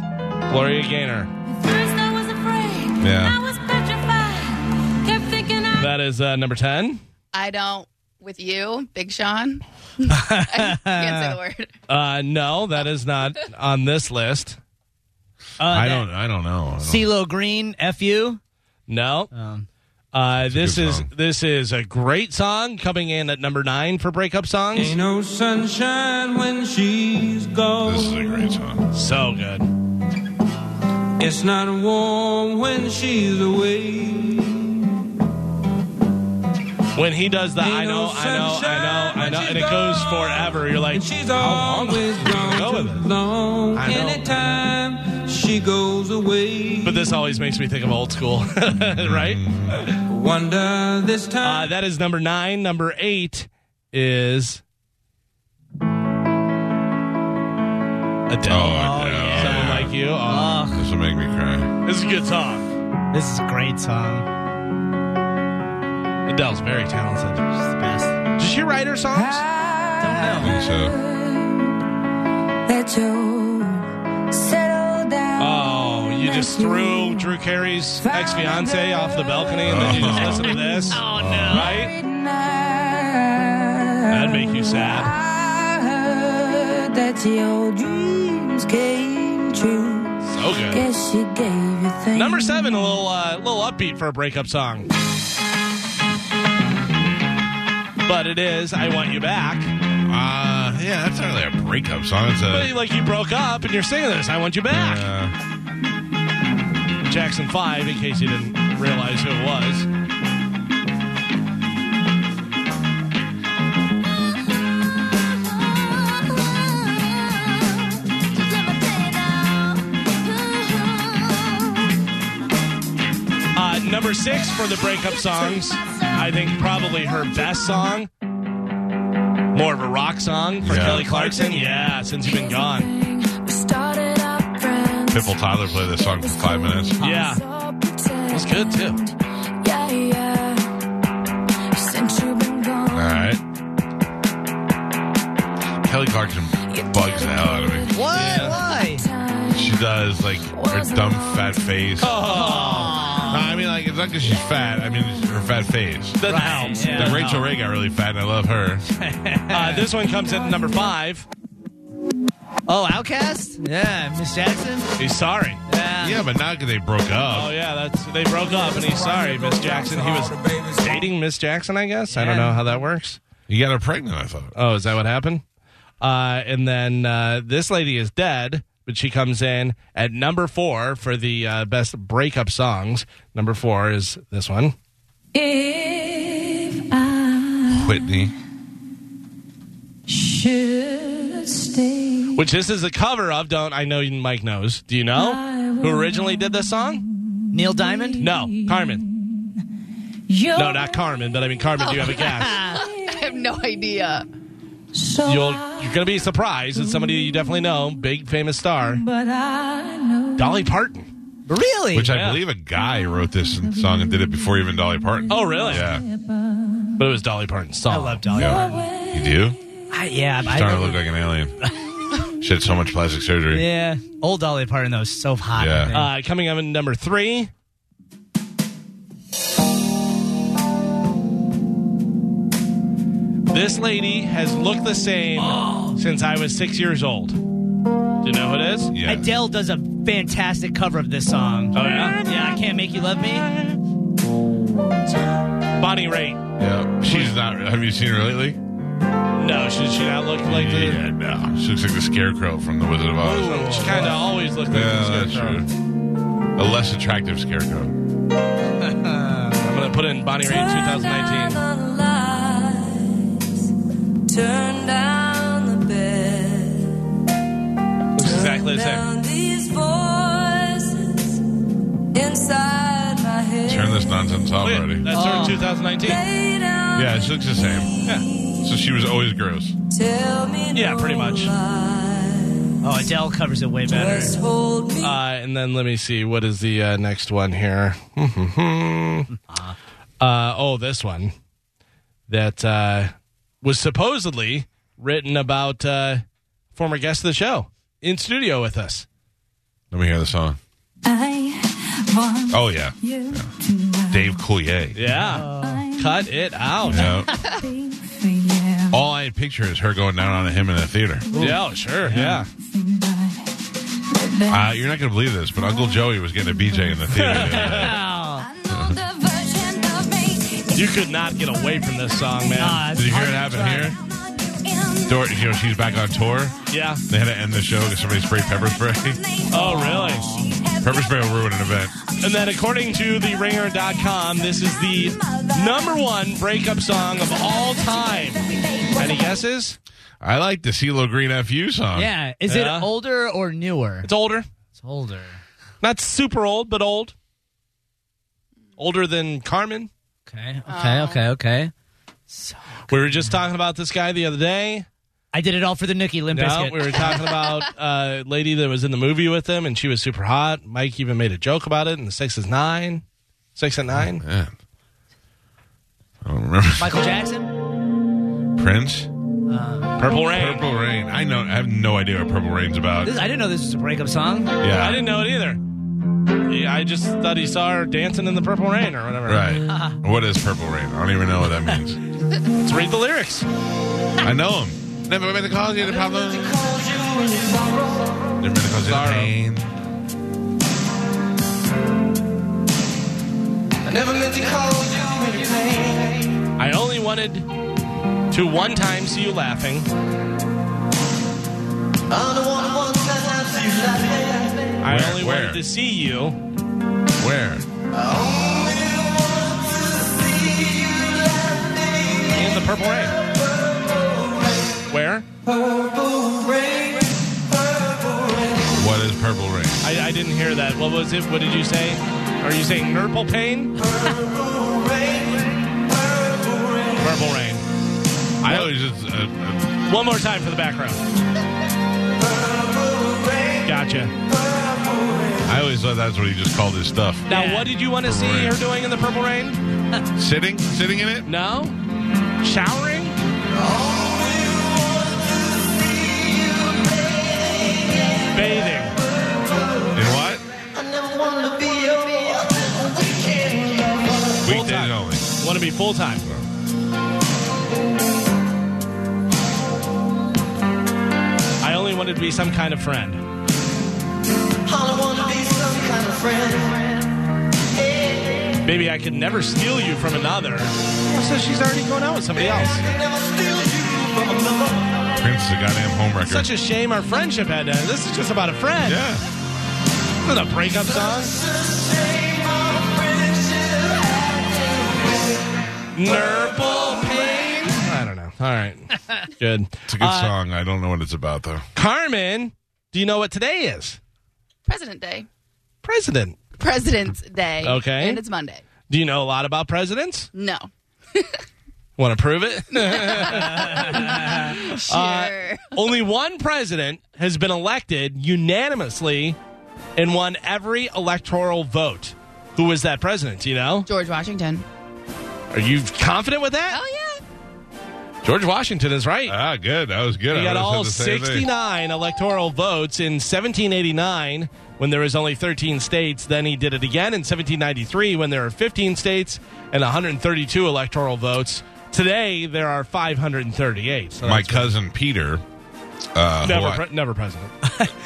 Speaker 2: Gloria Gaynor.
Speaker 10: First I was afraid.
Speaker 1: Yeah.
Speaker 10: I was petrified. Kept thinking I
Speaker 2: That is uh, number 10.
Speaker 8: I don't with you, Big Sean. I can't say the word.
Speaker 2: Uh, no, that is not on this list.
Speaker 4: Uh,
Speaker 1: I
Speaker 4: that-
Speaker 1: don't I don't know. I don't-
Speaker 4: CeeLo Green, FU.
Speaker 2: No. uh, this
Speaker 1: Um, good
Speaker 2: is
Speaker 1: song.
Speaker 2: this is a great song coming in at number nine for breakup songs.
Speaker 10: no sunshine when she's
Speaker 1: This
Speaker 10: gone.
Speaker 1: is a great song.
Speaker 2: So good.
Speaker 10: It's not warm when she's away.
Speaker 2: When he does the
Speaker 10: Ain't
Speaker 2: I know,
Speaker 10: no
Speaker 2: I know, I know, I
Speaker 10: sunshine
Speaker 2: know,
Speaker 10: when
Speaker 2: and it
Speaker 10: she's
Speaker 2: goes
Speaker 10: gone.
Speaker 2: forever. You're like,
Speaker 10: And she's
Speaker 2: how long
Speaker 10: always
Speaker 2: can you go with
Speaker 10: gone
Speaker 2: this?
Speaker 10: too long.
Speaker 2: I know.
Speaker 10: Anytime she goes away.
Speaker 2: But this always makes me think of old school, right?
Speaker 10: Wonder this time.
Speaker 2: Uh, that is number nine. Number eight is Adele.
Speaker 1: Oh, no.
Speaker 2: Someone like you. Oh.
Speaker 1: This will make me cry.
Speaker 2: This is a good song.
Speaker 4: This is a great song.
Speaker 2: Adele's very talented.
Speaker 4: She's the best.
Speaker 2: Does she write her songs?
Speaker 1: I think so.
Speaker 11: Let you settle down.
Speaker 2: Oh, you just threw Drew Carey's ex fiance off the balcony and then you just listen to this? Oh, no. Right? That'd make you sad.
Speaker 11: I heard that your dreams came true.
Speaker 2: So good.
Speaker 11: Guess she gave you things.
Speaker 2: Number seven, a little, uh, little upbeat for a breakup song. But it is I Want You Back.
Speaker 1: Uh, yeah, that's not really a breakup song. It's
Speaker 2: But
Speaker 1: a.
Speaker 2: like you broke up and you're singing this I Want You Back.
Speaker 1: Uh,
Speaker 2: Jackson 5, in case you didn't realize who it was. Uh, number six for the breakup songs, I think probably her best song. More of a rock song for
Speaker 1: Yeah.
Speaker 2: Kelly Clarkson. Yeah, since you've been gone.
Speaker 1: Pipple Toddler played this song for five minutes.
Speaker 2: Yeah. It was good too.
Speaker 1: All right. Kelly Clarkson bugs the hell out of me.
Speaker 4: What? Why?
Speaker 1: She does, like, her dumb fat face. No, I mean, like, it's not because she's fat. I mean, it's her fat face.
Speaker 2: Doesn't
Speaker 4: Right,
Speaker 2: help.
Speaker 4: yeah.
Speaker 1: Like, Rachel Ray got really fat, and I love her.
Speaker 2: Uh, this one comes in at number five.
Speaker 4: Oh, Outcast? Yeah, Miss Jackson.
Speaker 2: He's sorry.
Speaker 4: Yeah.
Speaker 1: Yeah, but not because they broke
Speaker 2: Oh
Speaker 1: up.
Speaker 2: yeah, that's they broke up and he's sorry, Miss Jackson. He was dating Miss Jackson, I guess. I don't
Speaker 4: Yeah.
Speaker 2: know how that works.
Speaker 1: You got her pregnant, I thought.
Speaker 2: Oh, is that what happened? Uh, and then uh, this lady is dead, but she comes in at number four for the uh, best breakup songs. Number four is this one.
Speaker 11: If I
Speaker 1: Whitney.
Speaker 11: should stay,
Speaker 2: Which this is a cover of. Don't I know Mike knows? Do you know who originally did this song?
Speaker 4: Neil Diamond?
Speaker 2: No, Carmen.
Speaker 11: you're
Speaker 2: No, not Carmen, but I mean Carmen. Do you have a guess?
Speaker 8: I have no idea.
Speaker 11: so
Speaker 2: You'll you're gonna be surprised. It's somebody you definitely know, big famous star,
Speaker 11: but I know
Speaker 2: Dolly Parton.
Speaker 4: Really?
Speaker 1: Which I
Speaker 2: Yeah.
Speaker 1: believe a guy wrote this song and did it before even Dolly Parton.
Speaker 2: Oh, really?
Speaker 1: Yeah.
Speaker 2: But it was Dolly Parton's song.
Speaker 4: I love Dolly.
Speaker 1: yeah. You do?
Speaker 4: I, yeah, I,
Speaker 1: Starting to look like an alien. she had so much plastic surgery.
Speaker 4: yeah. Old Dolly Parton though is so hot.
Speaker 1: Yeah.
Speaker 4: man.
Speaker 2: Uh, coming up in number three. This lady has looked the same since I was six years old. Do you know who it is?
Speaker 1: Yeah.
Speaker 4: Adele does a fantastic cover of this song.
Speaker 2: Oh, yeah?
Speaker 4: Yeah, I can't make you love me.
Speaker 2: Bonnie Raitt.
Speaker 1: Yeah. She's not. Have you seen her lately?
Speaker 2: No, should she not look like the.
Speaker 1: Yeah, no. She looks like the scarecrow from The Wizard of Oz.
Speaker 2: Ooh, she kind of always looked like
Speaker 1: Yeah,
Speaker 2: the
Speaker 1: that's
Speaker 2: scarecrow.
Speaker 1: true. A less attractive scarecrow.
Speaker 2: I'm going to put in Bonnie Raitt 2019.
Speaker 11: Turn down the bed.
Speaker 2: Looks exactly the same.
Speaker 11: Down these voices inside my head.
Speaker 1: Turn this nonsense off
Speaker 2: Look at-
Speaker 1: already.
Speaker 2: that's her in 2019.
Speaker 11: Lay down,
Speaker 1: Yeah, she looks the same. So she was always gross.
Speaker 11: tell me
Speaker 2: Yeah,
Speaker 11: no
Speaker 2: pretty much.
Speaker 11: lies.
Speaker 4: Oh, Adele covers it way better.
Speaker 11: Just hold me
Speaker 2: Uh, and then let me see what is the uh, next one here. uh, oh, this one that uh, was supposedly written about uh, former guest of the show in studio with us.
Speaker 1: Let me hear the song.
Speaker 11: I want
Speaker 1: Oh yeah,
Speaker 11: you tonight.
Speaker 1: Dave Coulier.
Speaker 2: Yeah, cut it out. Yeah,
Speaker 1: Yeah. All I picture is her going down on him in a theater.
Speaker 2: sure. Yeah.
Speaker 1: Uh, you're not going to believe this, but Uncle Joey was getting a BJ in the theater. the other day.
Speaker 2: you could not get away from this song, man.
Speaker 4: Uh,
Speaker 1: Did you hear it happen here? Dor- you know, she's back on tour.
Speaker 2: yeah.
Speaker 1: They had to end the show because somebody sprayed pepper spray.
Speaker 2: Oh, really?
Speaker 1: pepper spray will ruin an event.
Speaker 2: And then, according to the ringer.com, this is the number one breakup song of all time. Any guesses?
Speaker 1: I like the CeeLo Green FU song.
Speaker 4: Yeah. Is
Speaker 2: Yeah.
Speaker 4: it older or newer?
Speaker 2: It's older.
Speaker 4: It's older.
Speaker 2: Not super old, but old. Older than Carmen.
Speaker 4: Okay. Okay. Okay. Okay.
Speaker 2: We were just talking about this guy the other day.
Speaker 4: I did it all for the nookie, Limp
Speaker 2: No,
Speaker 4: Bizkit.
Speaker 2: we were talking about a lady that was in the movie with him, and she was super hot. Mike even made a joke about it, and the six is nine. Six at nine?
Speaker 1: Man. I don't remember.
Speaker 4: Michael Jackson.
Speaker 1: Prince?
Speaker 2: Purple Rain.
Speaker 1: Uh, Purple Rain. I know. I have no idea what Purple Rain's about.
Speaker 4: This, I didn't know this was a breakup song.
Speaker 1: Yeah.
Speaker 2: I didn't know it either. Yeah, I just thought he saw her dancing in the Purple Rain or whatever.
Speaker 1: Right. what is Purple Rain? I don't even know what that means.
Speaker 2: Let's read the lyrics.
Speaker 1: I know him. Never been to cause you the problem. Never been to cause you the
Speaker 2: Sorrow.
Speaker 1: pain.
Speaker 2: I only wanted to one time see you laughing. I
Speaker 1: Where?
Speaker 2: only
Speaker 1: Where?
Speaker 2: wanted to see you.
Speaker 1: Where?
Speaker 2: In the Purple Rain. Where?
Speaker 1: What is Purple Rain?
Speaker 2: I, I didn't hear that. What was it? What did you say? Are you saying Nurple Pain? Purple Rain.
Speaker 1: I always just. Uh, uh,
Speaker 2: One more time for the background. Gotcha.
Speaker 1: I always thought that's what he just called his stuff.
Speaker 2: Now, what did you want to see
Speaker 1: Purple Rain.
Speaker 2: her doing in the Purple Rain?
Speaker 1: Sitting, sitting in it.
Speaker 2: No? Showering? Bathing.
Speaker 1: In what? Weekdays
Speaker 2: time.
Speaker 1: only.
Speaker 2: Want to be full time. I only wanted to be some kind of friend. Maybe I could never steal you from another. So she's already going out with somebody else.
Speaker 1: Prince is a goddamn homewrecker.
Speaker 2: Such a shame our friendship had to end. This is just about a friend.
Speaker 1: yeah.
Speaker 2: This isn't a breakup song. Nurple pain. I don't know. All right. Good.
Speaker 1: It's a good song. I don't know what it's about though.
Speaker 2: Carmen, do you know what today is?
Speaker 8: President Day.
Speaker 2: President.
Speaker 8: President's Day.
Speaker 2: Okay.
Speaker 8: And it's Monday.
Speaker 2: Do you know a lot about presidents?
Speaker 8: No.
Speaker 2: Want to prove it?
Speaker 8: Sure.
Speaker 2: Uh, Only one president has been elected unanimously and won every electoral vote. Who was that president? Do you know?
Speaker 8: George Washington.
Speaker 2: Are you confident with that?
Speaker 8: Oh, yeah.
Speaker 2: George Washington is right.
Speaker 1: Ah, good. That was good.
Speaker 2: He
Speaker 1: I
Speaker 2: got
Speaker 1: would've said
Speaker 2: all
Speaker 1: the same thing.
Speaker 2: 69 electoral votes in 1789 when there was only 13 states. Then he did it again in 1793 when there were 15 states and 132 electoral votes. Today there are 538. So
Speaker 1: My
Speaker 2: that's
Speaker 1: cousin Peter. Uh, who
Speaker 2: never,
Speaker 1: I-
Speaker 2: pre- never president.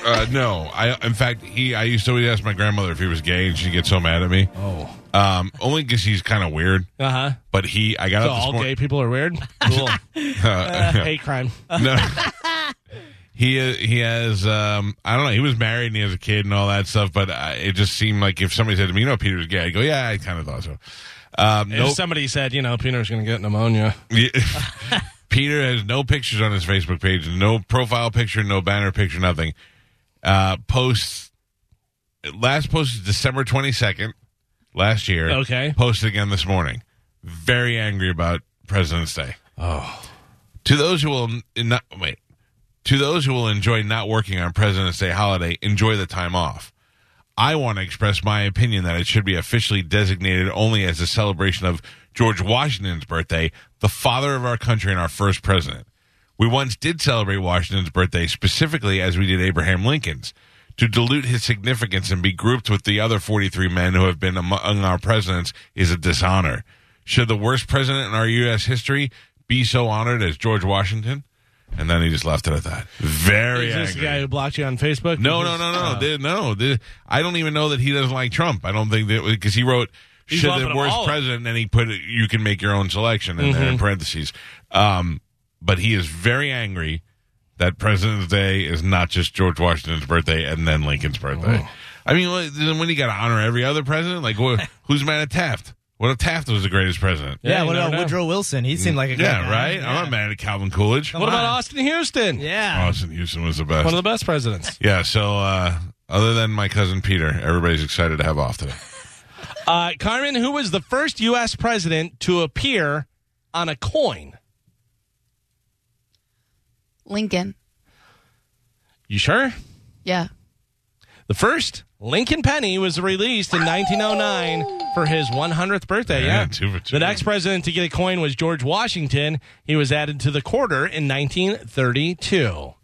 Speaker 1: uh, no, I. In fact, he. I used to always ask my grandmother if he was gay, and she'd get so mad at me.
Speaker 2: Oh,
Speaker 1: Um, only because he's kind of weird.
Speaker 2: uh huh.
Speaker 1: But he, I got
Speaker 2: So
Speaker 1: up this
Speaker 2: all gay
Speaker 1: morning.
Speaker 2: people are weird. Cool.
Speaker 1: Uh,
Speaker 2: Hate crime.
Speaker 1: no, he he has. Um, I don't know. He was married and he has a kid and all that stuff. But I, it just seemed like if somebody said to me, "You know, Peter's gay," I would go, "Yeah, I kind of thought so." Um,
Speaker 2: If
Speaker 1: no,
Speaker 2: somebody said, you know, Peter's going to get pneumonia.
Speaker 1: Peter has no pictures on his Facebook page, no profile picture, no banner picture, nothing. Uh, posts last post is December twenty second last year.
Speaker 2: Okay.
Speaker 1: posted again this morning. Very angry about President's Day. Oh, to those who will n- not wait, to those who will enjoy not working on President's Day holiday, enjoy the time off. I want to express my opinion that it should be officially designated only as a celebration of George Washington's birthday, the father of our country and our first president. We once did celebrate Washington's birthday specifically as we did Abraham Lincoln's to dilute his significance and be grouped with the other 43 men who have been among our presidents is a dishonor. Should the worst president in our U.S. history be so honored as George Washington? And then he just left it at that. Very
Speaker 2: Is this the
Speaker 1: angry.
Speaker 2: guy who blocked you on Facebook?
Speaker 1: No,
Speaker 2: Is
Speaker 1: no,
Speaker 2: this-
Speaker 1: no, no,
Speaker 2: Oh.
Speaker 1: They- no. They- I don't even know that he doesn't like Trump. I don't think that because he wrote
Speaker 2: He's
Speaker 1: should
Speaker 2: lumping
Speaker 1: the
Speaker 2: them
Speaker 1: worst
Speaker 2: all in.
Speaker 1: president, and he put it, you can make your own selection in there in parentheses. Um, but he is very angry that President's Day is not just George Washington's birthday and then Lincoln's birthday. I mean, what- then when you got to honor every other president, like wh- who's mad at Taft? What if Taft was the greatest president?
Speaker 4: Yeah,
Speaker 2: you
Speaker 4: what
Speaker 2: never
Speaker 4: about
Speaker 2: know.
Speaker 4: Woodrow Wilson? He seemed like a great
Speaker 1: Yeah,
Speaker 4: guy.
Speaker 1: right.
Speaker 4: Yeah.
Speaker 1: I'm not mad at Calvin Coolidge.
Speaker 2: What about
Speaker 4: on.
Speaker 2: Austin Houston?
Speaker 4: Yeah.
Speaker 1: Austin Houston was the best.
Speaker 2: One of the best presidents.
Speaker 1: Yeah, so uh, other than my cousin Peter, everybody's excited to have off today.
Speaker 2: Uh, Carmen, who was the first U.S. president to appear on a coin?
Speaker 8: Lincoln.
Speaker 2: You sure?
Speaker 8: Yeah.
Speaker 2: The first Lincoln Penny was released in 1909 for his 100th birthday. Yeah,
Speaker 1: Yeah, two for two.
Speaker 2: The next president to get a coin was George Washington. He was added to the quarter in 1932.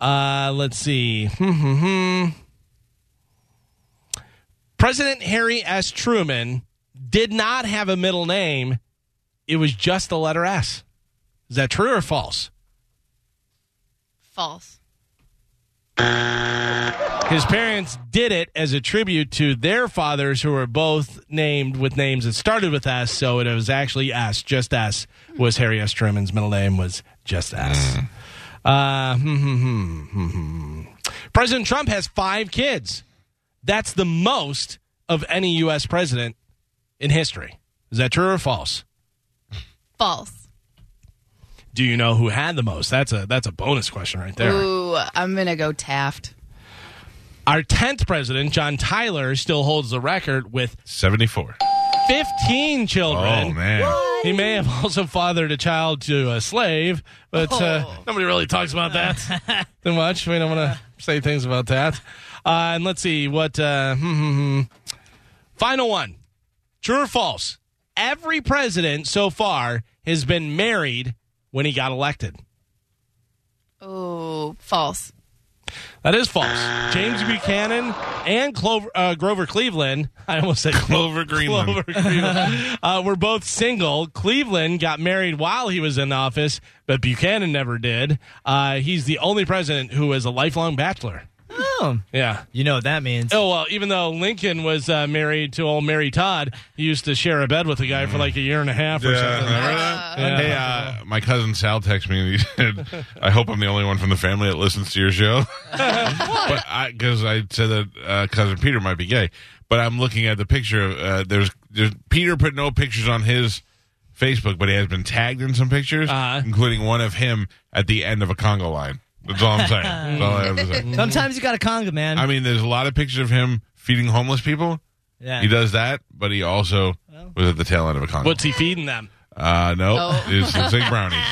Speaker 2: Uh, let's see. Hmm, hmm, hmm. president Harry S. Truman did not have a middle name. It was just the letter S. Is that true or false?
Speaker 8: False.
Speaker 2: His parents did it as a tribute to their fathers, who were both named with names that started with S. So it was actually S. Just S was Harry S. Truman's middle name was just S. Uh, hmm, hmm, hmm, hmm, hmm. President Trump has five kids. That's the most of any U.S. president in history. Is that true or false?
Speaker 8: False.
Speaker 2: Do you know who had the most? That's a that's a bonus question right there.
Speaker 8: Ooh, I'm gonna go Taft.
Speaker 2: Our tenth president, John Tyler, still holds the record with
Speaker 1: 74.
Speaker 2: 15
Speaker 1: Oh,
Speaker 2: children.
Speaker 1: man.
Speaker 2: He may have also fathered a child to a slave, but uh, nobody really talks about that too much. We don't want to say things about that. Uh, and let's see what. Uh, hmm, hmm, hmm. Final one. True or false? Every president so far has been married when he got elected.
Speaker 8: Ooh, false.
Speaker 2: That is false. James Buchanan and Clover, uh, Grover Cleveland, I almost said
Speaker 1: Clover Greenland.
Speaker 2: Clover Cleveland, uh, were both single. Cleveland got married while he was in office, but Buchanan never did. Uh, he's the only president who is a lifelong bachelor.
Speaker 4: Oh,
Speaker 2: Yeah.
Speaker 4: you know what that means.
Speaker 2: Oh, well, even though Lincoln was uh, married to old Mary Todd, he used to share a bed with a guy for like a year and a half or
Speaker 1: Mm-hmm. Yeah,
Speaker 2: something.
Speaker 1: remember that?
Speaker 2: Yeah.
Speaker 1: Hey, uh, my cousin Sal texted me and he said, "I hope I'm the only one from the family that listens to your show." but because I, said that uh, cousin Peter might be gay, but I'm looking at the picture. of, Uh, there's, there's Peter put no pictures on his Facebook, but he has been tagged in some pictures,
Speaker 2: Uh-huh.
Speaker 1: including one of him at the end of a Congo line. That's all I'm saying. That's all I have to say.
Speaker 4: Sometimes you got a conga, man.
Speaker 1: I mean, there's a lot of pictures of him feeding homeless people.
Speaker 4: yeah.
Speaker 1: He does that, but he also was at the tail end of a Congo.
Speaker 2: What's he feeding them?
Speaker 1: Uh, no,
Speaker 8: No.
Speaker 1: it's, it's like brownies.